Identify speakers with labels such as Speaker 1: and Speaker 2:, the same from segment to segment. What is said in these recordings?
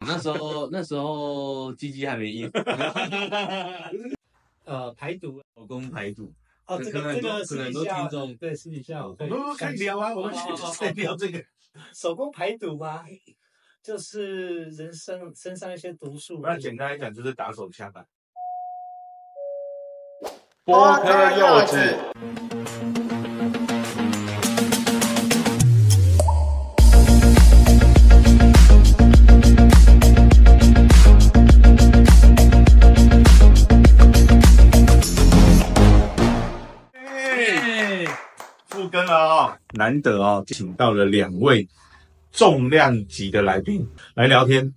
Speaker 1: 那时候那时候鸡鸡还没硬，
Speaker 2: 呃，排毒
Speaker 1: 老公排毒。
Speaker 2: 哦，
Speaker 1: 可
Speaker 2: 这
Speaker 1: 可能很
Speaker 2: 个这
Speaker 1: 多可能
Speaker 2: 个私
Speaker 1: 很
Speaker 2: 底
Speaker 1: 多
Speaker 2: 下
Speaker 1: 听众
Speaker 2: 对私底下我
Speaker 3: 我
Speaker 2: 会
Speaker 3: 们可以聊啊，我们
Speaker 1: 哦哦哦
Speaker 3: 可以聊这个。
Speaker 2: 手工排毒吗？就是人身身上一些毒素。
Speaker 3: 那简单来讲，就是打手枪啊吧。
Speaker 4: 剥开柚子。
Speaker 1: 哎，
Speaker 3: 复更了哦，难得哦，请到了两位重量级的来宾来聊天。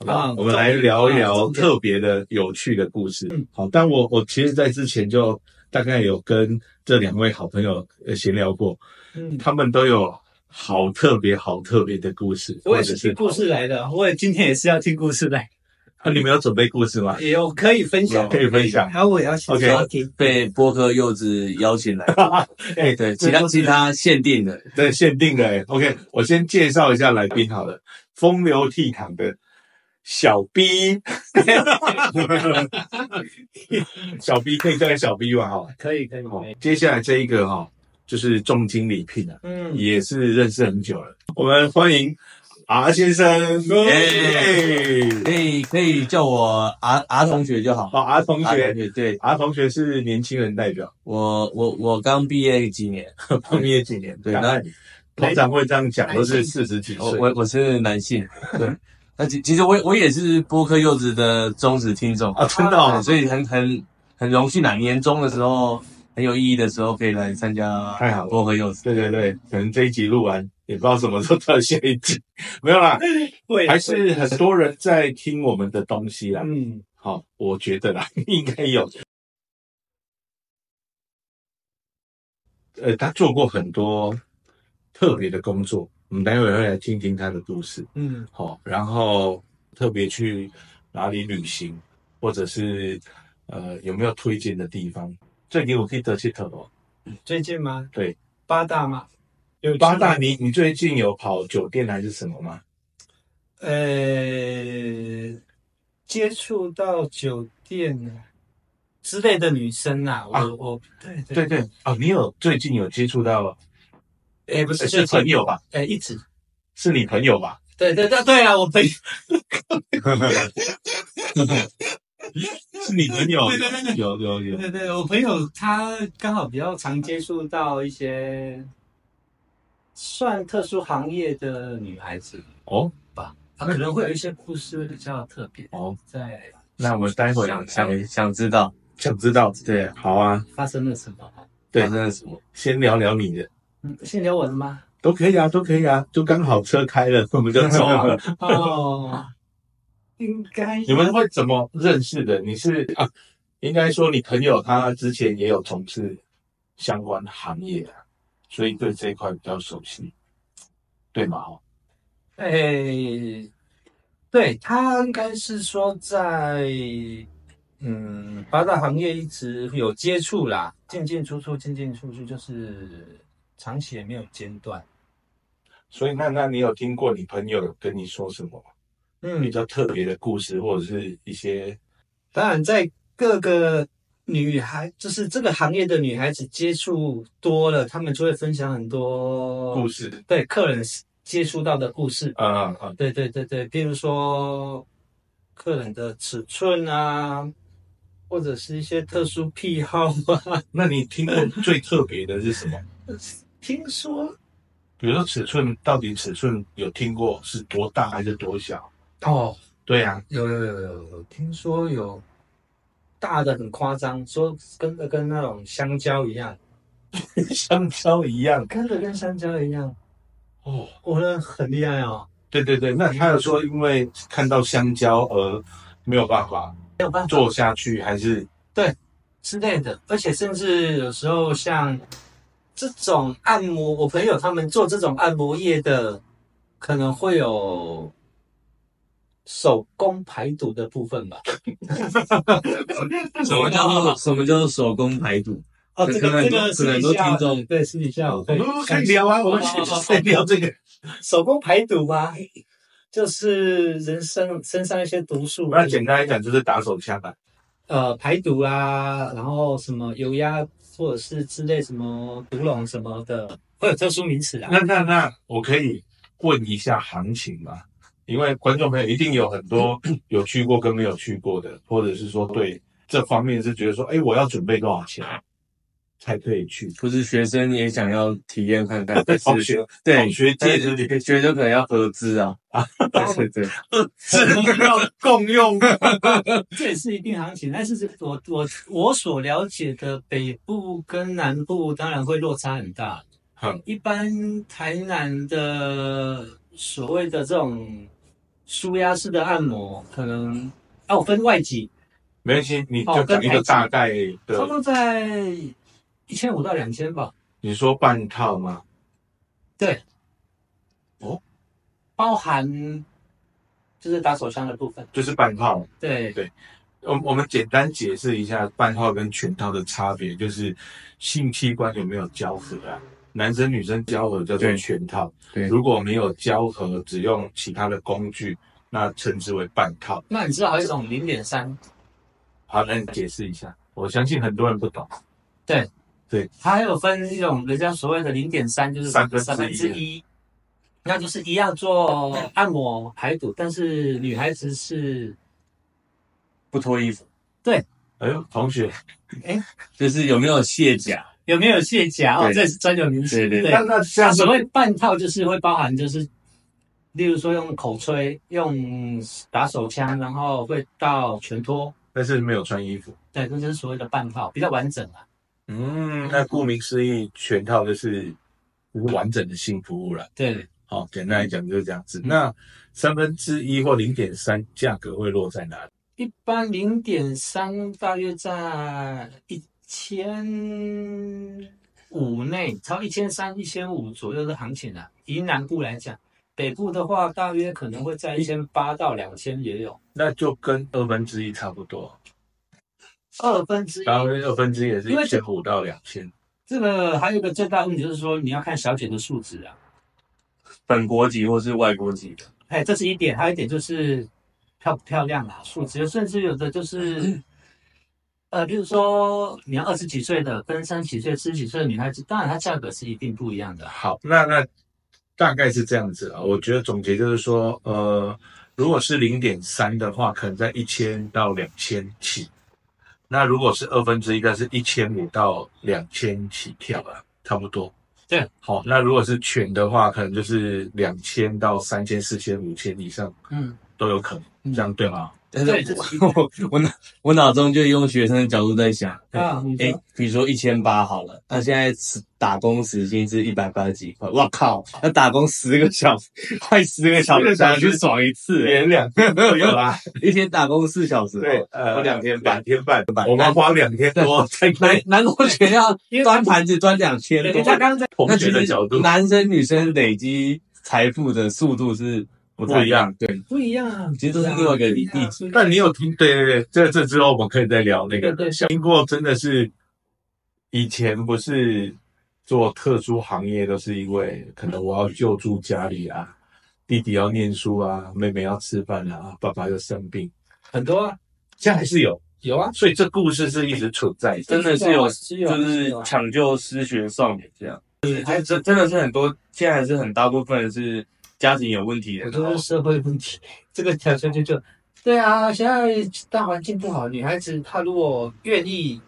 Speaker 3: 好不好
Speaker 1: 啊
Speaker 3: 我们来聊一聊
Speaker 1: 重点
Speaker 3: 特别的、有趣的故事。好，但我我其实，在之前就大概有跟这两位好朋友呃闲聊过，
Speaker 2: 嗯，
Speaker 3: 他们都有好特别、好特别的故事，
Speaker 2: 我
Speaker 3: 或
Speaker 2: 也
Speaker 3: 者
Speaker 2: 是
Speaker 3: 是
Speaker 2: 听故事来的，我也今天也是要听故事来，
Speaker 3: 啊，你们有准备故事吗？
Speaker 2: 也有可以分享，
Speaker 3: 可以分享。
Speaker 2: 然后我也要想
Speaker 3: OK
Speaker 2: 要听。
Speaker 1: 被波克柚子邀请 来，
Speaker 3: 哎，
Speaker 1: 对，
Speaker 3: 这
Speaker 1: 其他
Speaker 3: 都是
Speaker 1: 其他限定的，
Speaker 3: 对，限定的、欸。OK，我先介绍一下来宾好了，风流倜傥的小 B，小 B 可以叫你小 B 吧？哈，
Speaker 2: 可以可以
Speaker 3: 好
Speaker 2: 可以，
Speaker 3: 接下来这一个哈、就是重金礼聘啊，
Speaker 2: 嗯，
Speaker 3: 也是认识很久了。我们欢迎 R 先生，
Speaker 1: 耶
Speaker 3: 耶
Speaker 1: 可以可以叫我 R R 同学就好。
Speaker 3: 好，R 同
Speaker 1: R
Speaker 3: 学
Speaker 1: 同学，对
Speaker 3: ，R 同学是年轻人 代表，
Speaker 1: 我我我刚毕业几年，
Speaker 3: 毕业几年？
Speaker 1: 对
Speaker 3: 大概啊通常会这样讲，都是四十几
Speaker 1: 我
Speaker 3: 岁。
Speaker 1: 我我是男性，对。 那其其实我我也是波克柚子的忠实听众
Speaker 3: 啊，真的哦
Speaker 1: 对，所以很很很荣幸啊，年终的时候很有意义的时候可以来参加
Speaker 3: 太好了
Speaker 1: 波克柚 子。
Speaker 3: 对对对，可能这一集录完，也不知道什么时候到下一集，没有啦，
Speaker 2: 会
Speaker 3: 还是很多人在听我们的东西啦。
Speaker 2: 嗯，
Speaker 3: 好、我觉得啦， 应该有。呃，他做过很多特别的工作，我们待会会来听听他的故事。
Speaker 2: 嗯
Speaker 3: 好、然后特别去哪里旅行，或者是呃有没有推荐的地方？最近我可以得去特罗。
Speaker 2: 最近吗？
Speaker 3: 对，
Speaker 2: 八大嘛，有
Speaker 3: 八大
Speaker 2: 去
Speaker 3: 你，你最近有跑酒店还是什么吗？
Speaker 2: 呃接触到酒店之类的女生啊，
Speaker 3: 啊
Speaker 2: 我我对
Speaker 3: 对对，哦，你有最近有接触到，
Speaker 2: 哎不
Speaker 3: 是
Speaker 2: 是
Speaker 3: 是朋友吧？
Speaker 2: 哎一直
Speaker 3: 是你朋友吧？
Speaker 2: 对对对对啊，我朋友
Speaker 3: 是你朋友，
Speaker 2: 对对对对
Speaker 3: 有有有，
Speaker 2: 对对，我朋友他刚好比较常接触到一些算特殊行业的女孩子，
Speaker 3: 哦
Speaker 2: 她可能会有一些故事会比较特别，
Speaker 3: 哦，
Speaker 2: 在
Speaker 3: 那我们待会
Speaker 1: 想
Speaker 3: 才
Speaker 1: 想想知道
Speaker 3: 想知道，
Speaker 1: 对，
Speaker 3: 好啊，
Speaker 2: 发生了什么。
Speaker 3: 对
Speaker 1: 发生了什么？
Speaker 3: 先聊聊你的，
Speaker 2: 嗯，先聊我的 吗？
Speaker 3: 都可以啊，都可以啊，就刚好车开了，我们就 走了。
Speaker 2: 哦，应该
Speaker 3: 你们会怎么认识的？你是啊，应该说你朋友他之前也有从事相关行业啊，所以对这一块比较熟悉，对吗？哦
Speaker 2: 哎，对他应该是说在嗯八大行业一直有接触啦，进进出出，进进出出，就是长期也没有间断。
Speaker 3: 所以那那你有听过你朋友跟你说什么比
Speaker 2: 嗯，
Speaker 3: 较特别的故事，或者是一些
Speaker 2: 当然在各个女孩，就是这个行业的女孩子接触多了，她们就会分享很多
Speaker 3: 故
Speaker 2: 事，
Speaker 3: 事？
Speaker 2: 对客人接触到的故事。
Speaker 3: 啊啊、
Speaker 2: 对对对对，譬如说客人的尺寸啊，或者是一些特殊癖好啊。
Speaker 3: 那你听过最特别的是什么？
Speaker 2: 听说
Speaker 3: 比如说尺寸，到底尺寸有听过是多大还是多小？
Speaker 2: 哦，
Speaker 3: 对啊，
Speaker 2: 有有有有有，听说有大的很夸张，说跟的跟那种香蕉一样，
Speaker 3: 香蕉一样
Speaker 2: 跟的跟香蕉一样，
Speaker 3: 哦。
Speaker 2: 我那很厉害哦，
Speaker 3: 对对对，那他有说因为看到香蕉而没有办法
Speaker 2: 没有办法
Speaker 3: 做下去，还是
Speaker 2: 之类的，而且甚至有时候像这种按摩，我朋友他们做这种按摩业的，可能会有手工排毒的部分吧。
Speaker 1: 什么叫 做
Speaker 3: 哦
Speaker 1: 什么叫做手工排毒？
Speaker 2: 哦
Speaker 1: 可能很多可能很多听众
Speaker 2: 对私
Speaker 3: 哦
Speaker 2: 底下我
Speaker 3: 我们可以聊啊，我们
Speaker 2: 哦哦哦
Speaker 3: 可以聊这个。
Speaker 2: 手工排毒吗？就是人身身上一些毒素，
Speaker 3: 那简单来讲就是打手枪啊，
Speaker 2: 呃排毒啊，然后什么油压或者是之类什么毒龙什么的，会有特殊名词啊。
Speaker 3: 那那那，我可以问一下行情吗？因为观众朋友一定有很 多有去过跟没有去过的，或者是说对这方面是觉得说，哎，我要准备多少钱才可以去？
Speaker 1: 不是学生也想要体验看 看，但
Speaker 3: 同
Speaker 1: 是
Speaker 3: 学
Speaker 1: 对
Speaker 3: 同学
Speaker 1: 但
Speaker 3: 借着你
Speaker 1: 是学生可能要合资 啊 啊，对对对，
Speaker 3: 是要共 用，
Speaker 2: 这也是一定行情，但是我我我所了解的北部跟南部当然会落差很大。
Speaker 3: 嗯
Speaker 2: 一般台南的所谓的这种舒压式的按摩，可能啊，我分外籍，
Speaker 3: 没关系，你就讲一个大概
Speaker 2: 差不
Speaker 3: 的。
Speaker 2: 多在一千五到两千吧，
Speaker 3: 你说半套吗？
Speaker 2: 包含就是打手枪的部分。
Speaker 3: 就是半套。
Speaker 2: 对，
Speaker 3: 我我们简单解释一下半套跟全套的差别，就是性器官有没有交合啊？男生女生交合叫做
Speaker 1: 对
Speaker 3: 全套，
Speaker 1: 对
Speaker 3: 如果没有交合，只用其他的工具，那称之为半套。
Speaker 2: 那你知道还有一种零点三，
Speaker 3: 好，那你解释一下，我相信很多人不懂。
Speaker 2: 它还有分一种人家所谓的零点三，就是
Speaker 3: 三分之一
Speaker 2: 三分之一，那就是一样做按摩排毒，但是女孩子是
Speaker 1: 不脱衣服，
Speaker 3: 哎呦，同学，
Speaker 1: 就是有没有卸甲？
Speaker 2: 有没有卸甲哦？
Speaker 1: 对
Speaker 2: 这是专有名词。
Speaker 1: 对对
Speaker 3: 那那这
Speaker 2: 那
Speaker 3: 样子
Speaker 2: 所谓半套就是会包含就是，例如说用口吹、用打手枪，然后会到全脱，
Speaker 3: 但是没有穿衣服。
Speaker 2: 对，这就是所谓的半套，比较完整啊。
Speaker 3: 嗯，那顾名思义，全套就是就是完整的性服务了。
Speaker 2: 对，
Speaker 3: 好、简单来讲就是这样子。那三分之一或零点三价格会落在哪里？
Speaker 2: 一般零点三大约在一千五内，超一千三、一千五左右的行情啊。以南部来讲，北部的话大约可能会在一千八到两千也有。
Speaker 3: 那就跟二分之一差不多。
Speaker 2: 二分之一
Speaker 3: 然后二分之一也是
Speaker 2: 因为
Speaker 3: 一千五到两千，
Speaker 2: 这个还有一个最大的问题就是说，你要看小姐的素质啊。
Speaker 1: 本国籍或是外国籍的，
Speaker 2: 哎，这是一点，还有一点就是漂不漂亮啦，素质，甚至有的就是，呃，比如说你要二十几岁的跟三十几岁、四十几岁的女孩子，当然它价格是一定不一样的啊。
Speaker 3: 好，那那大概是这样子啊。我觉得总结就是说，呃，如果是零点三的话，可能在一千到两千起；那如果是二分之一，那是一千五到两千起跳啊，差不多。
Speaker 2: 对，
Speaker 3: 好，那如果是全的话，可能就是两千到三千、四千、五千以上
Speaker 2: 嗯，
Speaker 3: 都有可能，
Speaker 2: 嗯
Speaker 3: 这样对吗？
Speaker 1: 但
Speaker 2: 对
Speaker 1: 是
Speaker 2: 这是
Speaker 1: 我我 我脑我脑中就用学生的角度在 想，
Speaker 3: 嗯
Speaker 2: 啊，你
Speaker 1: 哎
Speaker 2: 说，
Speaker 1: 比如说一千八好了，那现在时打工时薪是一百八十几块，哇靠，那打工十个小时， 快十个小
Speaker 3: 10个
Speaker 1: 时
Speaker 3: 小
Speaker 1: 想
Speaker 3: 时
Speaker 1: 去爽一次、欸，
Speaker 3: 连两天都有 啦，
Speaker 1: 一天打工四小时，
Speaker 3: 对，
Speaker 1: 我
Speaker 3: 呃，
Speaker 1: 两天半
Speaker 3: 两天半，我们花两天多才 可
Speaker 1: 难
Speaker 3: 以。
Speaker 1: 难怪学校端盘子端两千
Speaker 2: 对
Speaker 1: 多
Speaker 2: 对，他刚刚在
Speaker 3: 同
Speaker 1: 那
Speaker 3: 学
Speaker 1: 其
Speaker 3: 的
Speaker 1: 实
Speaker 3: 角度，
Speaker 1: 男生女生累积财富的速度是不太一样，对，
Speaker 2: 不一样啊，
Speaker 1: 其实都是另外一个理
Speaker 2: 不一样啊不一样
Speaker 3: 但你有听？对对对，这这之后我们可以再聊那个。
Speaker 2: 对对
Speaker 3: 像英国真的是以前不是做特殊行业，都是因为可能我要救助家里啊，弟弟要念书啊，妹妹要吃饭啊，爸爸又生病，
Speaker 2: 很多啊
Speaker 3: 现在还是有，
Speaker 2: 有啊，
Speaker 3: 所以这故事是一直存在的。
Speaker 1: 真的是有，
Speaker 2: 是有
Speaker 1: 就是
Speaker 2: 有啊
Speaker 1: 抢救失学少年这样，
Speaker 2: 对
Speaker 1: 还真真的是很多，现在还是很大部分是家庭有问题的
Speaker 2: 我，都是社会问题，这个条件就就，对啊，现在大环境不好，女孩子她如果愿意，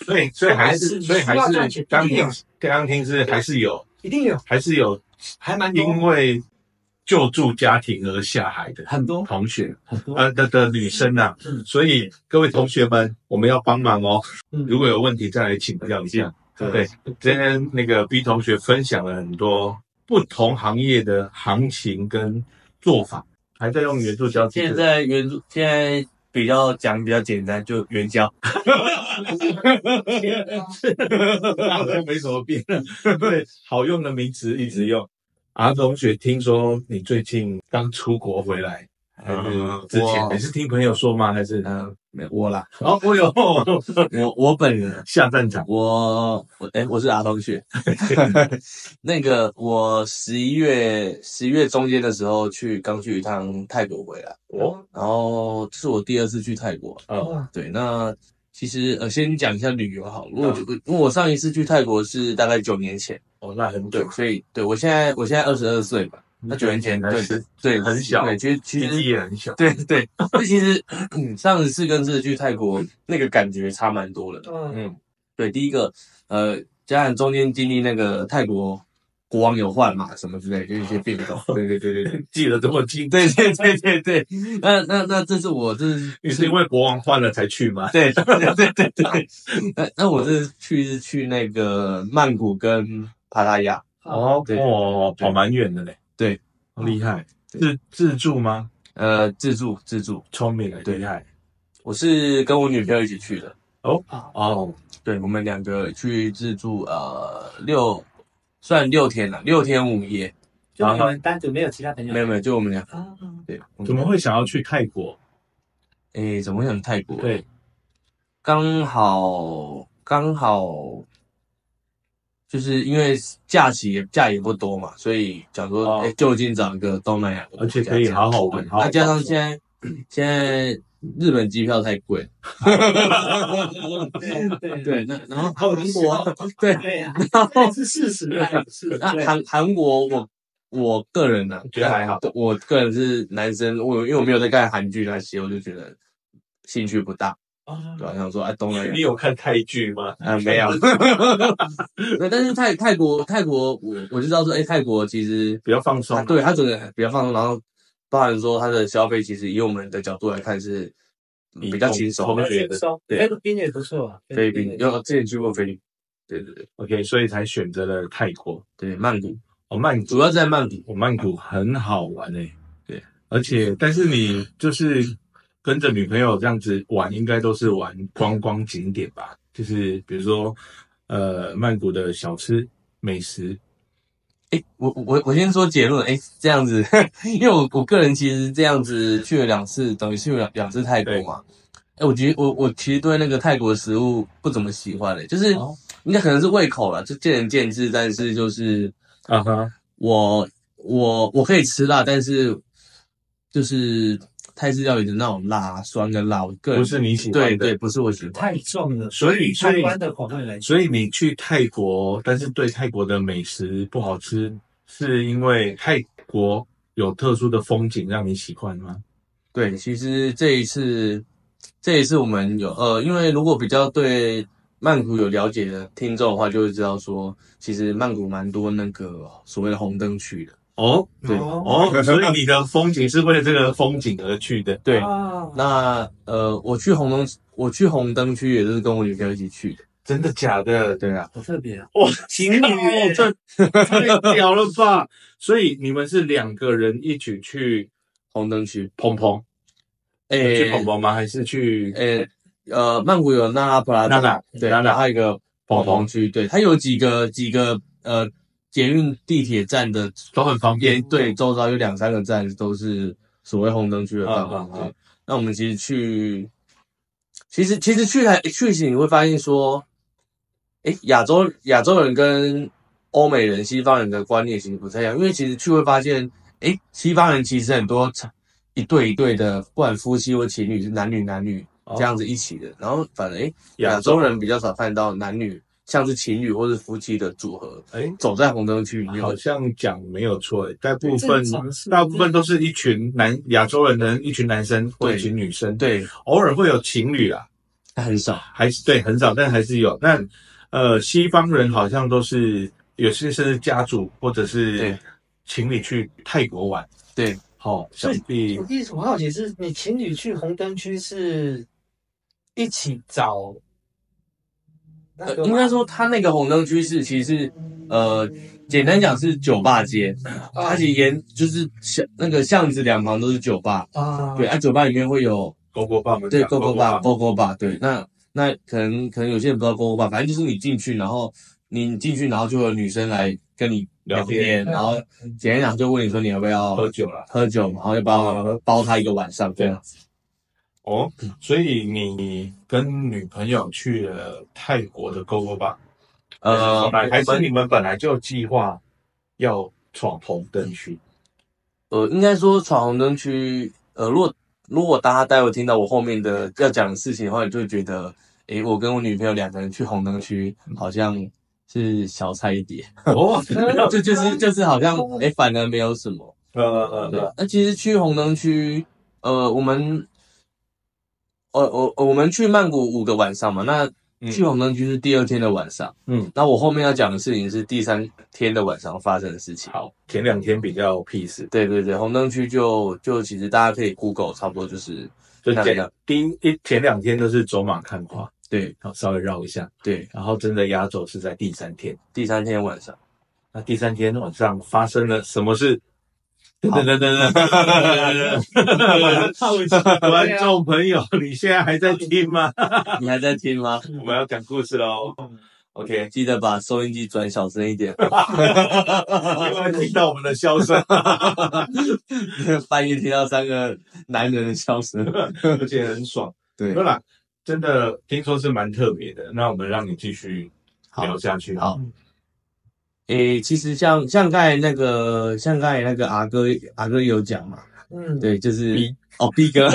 Speaker 3: 所以所以还是所以还
Speaker 2: 需要赚
Speaker 3: 是
Speaker 2: 钱
Speaker 3: 刚听
Speaker 2: 一定有
Speaker 3: 刚刚听是还是有
Speaker 2: 一定有，
Speaker 3: 还是有
Speaker 2: 还蛮多，
Speaker 3: 因为救助家庭而下海的
Speaker 2: 很多
Speaker 3: 同学。
Speaker 2: 很多，
Speaker 3: 呃的的女生呐、
Speaker 2: 嗯
Speaker 3: 所以各位同学们，我们要帮忙哦。
Speaker 2: 嗯
Speaker 3: 如果有问题再来请教一下。对，今天那个 B 同学分享了很多不同行业的行情跟做法，还在用圆柱胶
Speaker 1: 现在原著现在比较讲比较简单，就援交。
Speaker 3: 好像没什么变。 对，好用的名词一直用。啊，同学，听说你最近刚出国回来，还
Speaker 1: 嗯
Speaker 3: 是之前
Speaker 1: 我
Speaker 3: 你是听朋友说吗？还是
Speaker 1: 呃，没有我啦，
Speaker 3: 哦，我有
Speaker 1: 呃我我本人，啊
Speaker 3: 下战场
Speaker 1: 我我哎、我是阿同 学。那个我十一月十一月中间的时候去刚去一趟泰国回来，
Speaker 3: 哦
Speaker 1: 然后这是我第二次去泰国。
Speaker 3: 哦
Speaker 2: 哇，
Speaker 1: 对，那其实呃，先讲一下旅游好了。我觉得，因为我上一次去泰国是大概九年前，
Speaker 3: 哦，那很
Speaker 1: 对
Speaker 3: 久，，
Speaker 1: 所以对我现在我现在二十二岁嘛，那九年前对
Speaker 3: 嗯是
Speaker 1: 对
Speaker 3: 很小
Speaker 1: 对，其实其
Speaker 3: 年
Speaker 1: 实
Speaker 3: 纪也很小，
Speaker 1: 对对， 这其实嗯上一次跟这次去泰国那个感觉差蛮多的。
Speaker 2: 嗯，
Speaker 3: 嗯，
Speaker 1: 对，第一个呃，加上中间经历那个泰国国王有换嘛，什么之类，就一些变动。对对对对对。
Speaker 3: 记得这么清，
Speaker 1: 对对对对对，那那那这是我这是
Speaker 3: 你是因为国王换了才 去吗？
Speaker 1: 对对对对对，那那我这次去是去那个曼谷跟帕拉亚，
Speaker 2: 아,
Speaker 3: 哦
Speaker 1: 对
Speaker 3: 哦，
Speaker 1: 对
Speaker 3: 跑蛮远的嘞，
Speaker 1: 对，嗯
Speaker 3: 厉害，
Speaker 1: 对
Speaker 3: 自自助吗？
Speaker 1: 呃，自助自助，
Speaker 3: 聪明了，
Speaker 1: 对
Speaker 3: 厉害，
Speaker 1: 我是跟我女朋友一起去的，
Speaker 3: 哦，
Speaker 1: 对我们两个去自助，呃，六算六天了，六天五夜，
Speaker 5: 就你们单独没有其他朋友？
Speaker 1: 没有没有，就我们俩，
Speaker 2: 아,
Speaker 5: 啊，嗯
Speaker 1: 对，我们
Speaker 3: 怎么？会想要去泰国？
Speaker 1: 诶，怎么会想泰国？
Speaker 3: 对，
Speaker 1: 刚好刚好，就是因为假期也假也不多嘛，所以想说，
Speaker 3: 哦
Speaker 1: 哎、就近找一个东南亚的国
Speaker 3: 而且
Speaker 1: 家
Speaker 3: 可以
Speaker 1: 这样
Speaker 3: 好好玩，好
Speaker 1: 嗯
Speaker 3: 好
Speaker 1: 那加上
Speaker 3: 玩
Speaker 1: 现在现在日本机票太贵，
Speaker 2: 네,
Speaker 5: 对对
Speaker 1: 对，那然后
Speaker 3: 好哦
Speaker 1: 韩国啊 对，
Speaker 5: 对
Speaker 2: 아,
Speaker 5: 呀，
Speaker 1: 然后
Speaker 2: 네.
Speaker 5: 这是事实啊，是
Speaker 1: 那
Speaker 5: 对
Speaker 1: 韩韩国我我个人呢、啊，
Speaker 3: 觉得还好，
Speaker 1: 我个人是男生，我因为我没有在看韩剧那些，我就觉得兴趣不大，
Speaker 3: 啊
Speaker 1: 对吧、想说哎，东南亚
Speaker 3: 你有看泰剧吗？
Speaker 1: 啊、没 有， 对，但是泰泰国泰国我我就知道说，哎、泰国其实
Speaker 3: 比较放
Speaker 1: 它
Speaker 3: 松，
Speaker 1: 对它整个比较放松，然后包含说它的消费，其实以我们的角度来看是
Speaker 3: 以
Speaker 1: 比较轻松
Speaker 2: 아,
Speaker 3: 同
Speaker 1: 的。
Speaker 3: 同学
Speaker 5: 轻
Speaker 3: 的
Speaker 5: 松，
Speaker 1: 对
Speaker 5: 菲律宾也不错啊，
Speaker 1: 菲律宾，有之前去过菲律宾，对对对
Speaker 3: ，OK，所以才选择了泰国。
Speaker 1: 对，曼谷
Speaker 3: 哦，曼
Speaker 1: 主
Speaker 3: 谷，
Speaker 1: 要在曼谷，
Speaker 3: 哦，曼谷很好玩诶、
Speaker 1: 对，
Speaker 3: 而且但是你就是跟着女朋友这样子玩，应该都是玩观光景点吧？就是比如说，呃，曼谷的小吃美食，
Speaker 1: 诶，我我我先说结论，诶，这样子， 因为我我个人其实这样子去了两次，等于去了两两次泰国嘛。诶，我觉得我我其实对那个泰国食物不怎么喜欢嘞、就是
Speaker 3: 哦
Speaker 1: 应该可能是胃口啦，就见仁见智。但是就是
Speaker 3: 啊哈，
Speaker 1: 我我我可以吃辣，但是就是泰式料理的那种辣酸跟辣，我个人
Speaker 3: 不是你喜欢
Speaker 1: 对
Speaker 3: 的，
Speaker 1: 对，不是我喜欢。
Speaker 5: 太重了，
Speaker 3: 所以所
Speaker 5: 台
Speaker 3: 以
Speaker 5: 湾的口味来说，
Speaker 3: 所以你去泰国，但是对泰国的美食不好吃，是因为泰国有特殊的风景让你喜欢吗？
Speaker 1: 对，其实这一次，这一次我们有呃，因为如果比较对曼谷有了解的听众的话，就会知道说，其实曼谷蛮多那个所谓的红灯区的。
Speaker 3: 哦
Speaker 1: 对
Speaker 3: 哦，所以你的风景是为了这个风景而去的。
Speaker 1: 对，
Speaker 5: 啊，
Speaker 1: 那呃，我去红灯，我去红灯区也是跟我女朋友一起去的。
Speaker 3: 真的假的？
Speaker 1: 对啊，
Speaker 5: 好特别啊，
Speaker 3: 哇， 情侣哦，这 太屌了吧！所以你们是两个人一起去
Speaker 1: 红灯区，
Speaker 3: 蓬蓬，
Speaker 1: 诶、
Speaker 3: 去蓬蓬吗？还是去
Speaker 1: 诶、呃，曼谷有娜拉普拉
Speaker 3: 娜娜
Speaker 1: 对，
Speaker 3: 娜
Speaker 1: 然
Speaker 3: 娜
Speaker 1: 后还有一个
Speaker 3: 蓬蓬
Speaker 1: 蓬区，对，它有几个几个呃捷运地铁站的
Speaker 3: 都很方
Speaker 1: 也
Speaker 3: 便？
Speaker 1: 对，周遭有两三个站都是所谓红灯区的范围。
Speaker 3: 嗯嗯嗯
Speaker 1: 对那我们其实去，其实其实去台去时你会发现说，诶，亚洲亚洲人跟欧美人、西方人的观念其实不太一样，因为其实去会发现，诶，西方人其实很多一对一对的，不管夫妻或情侣是男女男女
Speaker 3: 哦
Speaker 1: 这样子一起的，然后反正诶，
Speaker 3: 亚
Speaker 1: 亚洲人比较少看到男女像是情侣或是夫妻的组合
Speaker 3: 哎，
Speaker 1: 走在红灯区里面，
Speaker 3: 好像讲没有错，欸大部分
Speaker 5: 正常是
Speaker 3: 大部分都是一群男亚洲人的一群男生或
Speaker 1: 对
Speaker 3: 一群女生，，
Speaker 1: 对，
Speaker 3: 偶尔会有情侣啦，
Speaker 1: 很少。
Speaker 3: 还是对很少，但还是有。那呃，西方人好像都是有些甚至家族或者是
Speaker 1: 对
Speaker 3: 情侣去泰国玩，
Speaker 1: 对，
Speaker 3: 好、
Speaker 5: 所
Speaker 3: 想
Speaker 5: 以
Speaker 3: 必
Speaker 5: 我一直我好奇是，你情侣去红灯区是一起找那
Speaker 1: 呃
Speaker 5: 个吗？
Speaker 1: 应该说它那个红灯区是其实是呃，简单讲是酒吧街，
Speaker 3: 啊
Speaker 1: 它其实沿就是巷那个巷子两旁都是酒吧，
Speaker 5: 啊，
Speaker 1: 对，啊，酒吧里面会有
Speaker 3: 狗狗爸们
Speaker 1: 对
Speaker 3: 讲
Speaker 1: 勾勾吧，
Speaker 3: 爸
Speaker 1: 勾勾吧，对，那那可能可能有些人不知道勾勾吧，反正就是你进去，然后你进去，然后就有女生来跟你聊
Speaker 3: 聊
Speaker 1: 天，
Speaker 3: 天嗯
Speaker 1: 然后简单讲就问你说你要不要
Speaker 3: 喝酒嗯了
Speaker 1: 喝酒，然后要不要包他一个晚上这样子。
Speaker 3: 哦。
Speaker 1: 嗯
Speaker 3: 所以你跟女朋友去了泰国的 GoGo 吧？
Speaker 1: 呃，
Speaker 3: 还是你们本来就计划要闯红灯区？
Speaker 1: 呃，应该说闯红灯区，呃，如果如果大家待会听到我后面的要讲的事情的话，你就会觉得，诶，我跟我女朋友两个人去红灯区，好像是小菜一碟，
Speaker 3: 哦，
Speaker 1: 就就是就是好像，诶，反而没有什么。
Speaker 3: 呃呃
Speaker 1: 对
Speaker 3: 呃，，
Speaker 1: 那其实去红灯区，呃，我们，呃，我我们去曼谷五个晚上嘛，那
Speaker 3: 嗯
Speaker 1: 去红灯区是第二天的晚上，
Speaker 3: 嗯，
Speaker 1: 那我后面要讲的事情是第三天的晚上发生的事情。
Speaker 3: 好，前两天比较 peace，
Speaker 1: 对对对，红灯区就就其实大家可以 Google，差不多就是
Speaker 3: 就
Speaker 1: 那
Speaker 3: 前
Speaker 1: 个
Speaker 3: 第一一前两天都是走马看花，
Speaker 1: 对
Speaker 3: 好稍微绕一下，
Speaker 1: 对，
Speaker 3: 然后真的压轴是在第三天。
Speaker 1: 第三天晚 上，
Speaker 3: 那第三天晚上发生了什么事？等等 等等， 观众朋友，你现在还在听吗？
Speaker 1: 你还在听吗？
Speaker 3: 我们要讲故事喽。OK，
Speaker 1: 记得把收音机转小声一 点，
Speaker 3: 因为听到我们的 笑声，
Speaker 1: 半夜听到三个男人的笑声。
Speaker 3: 而且很爽。
Speaker 1: 对
Speaker 3: 没有啦，真的听说是蛮特别的。那我们让你继续聊下去。
Speaker 1: 好诶、其实像像刚才那个，像刚才那个阿哥阿哥有讲嘛，
Speaker 5: 嗯，
Speaker 1: 对，就是
Speaker 3: 逼
Speaker 1: 哦逼 哥，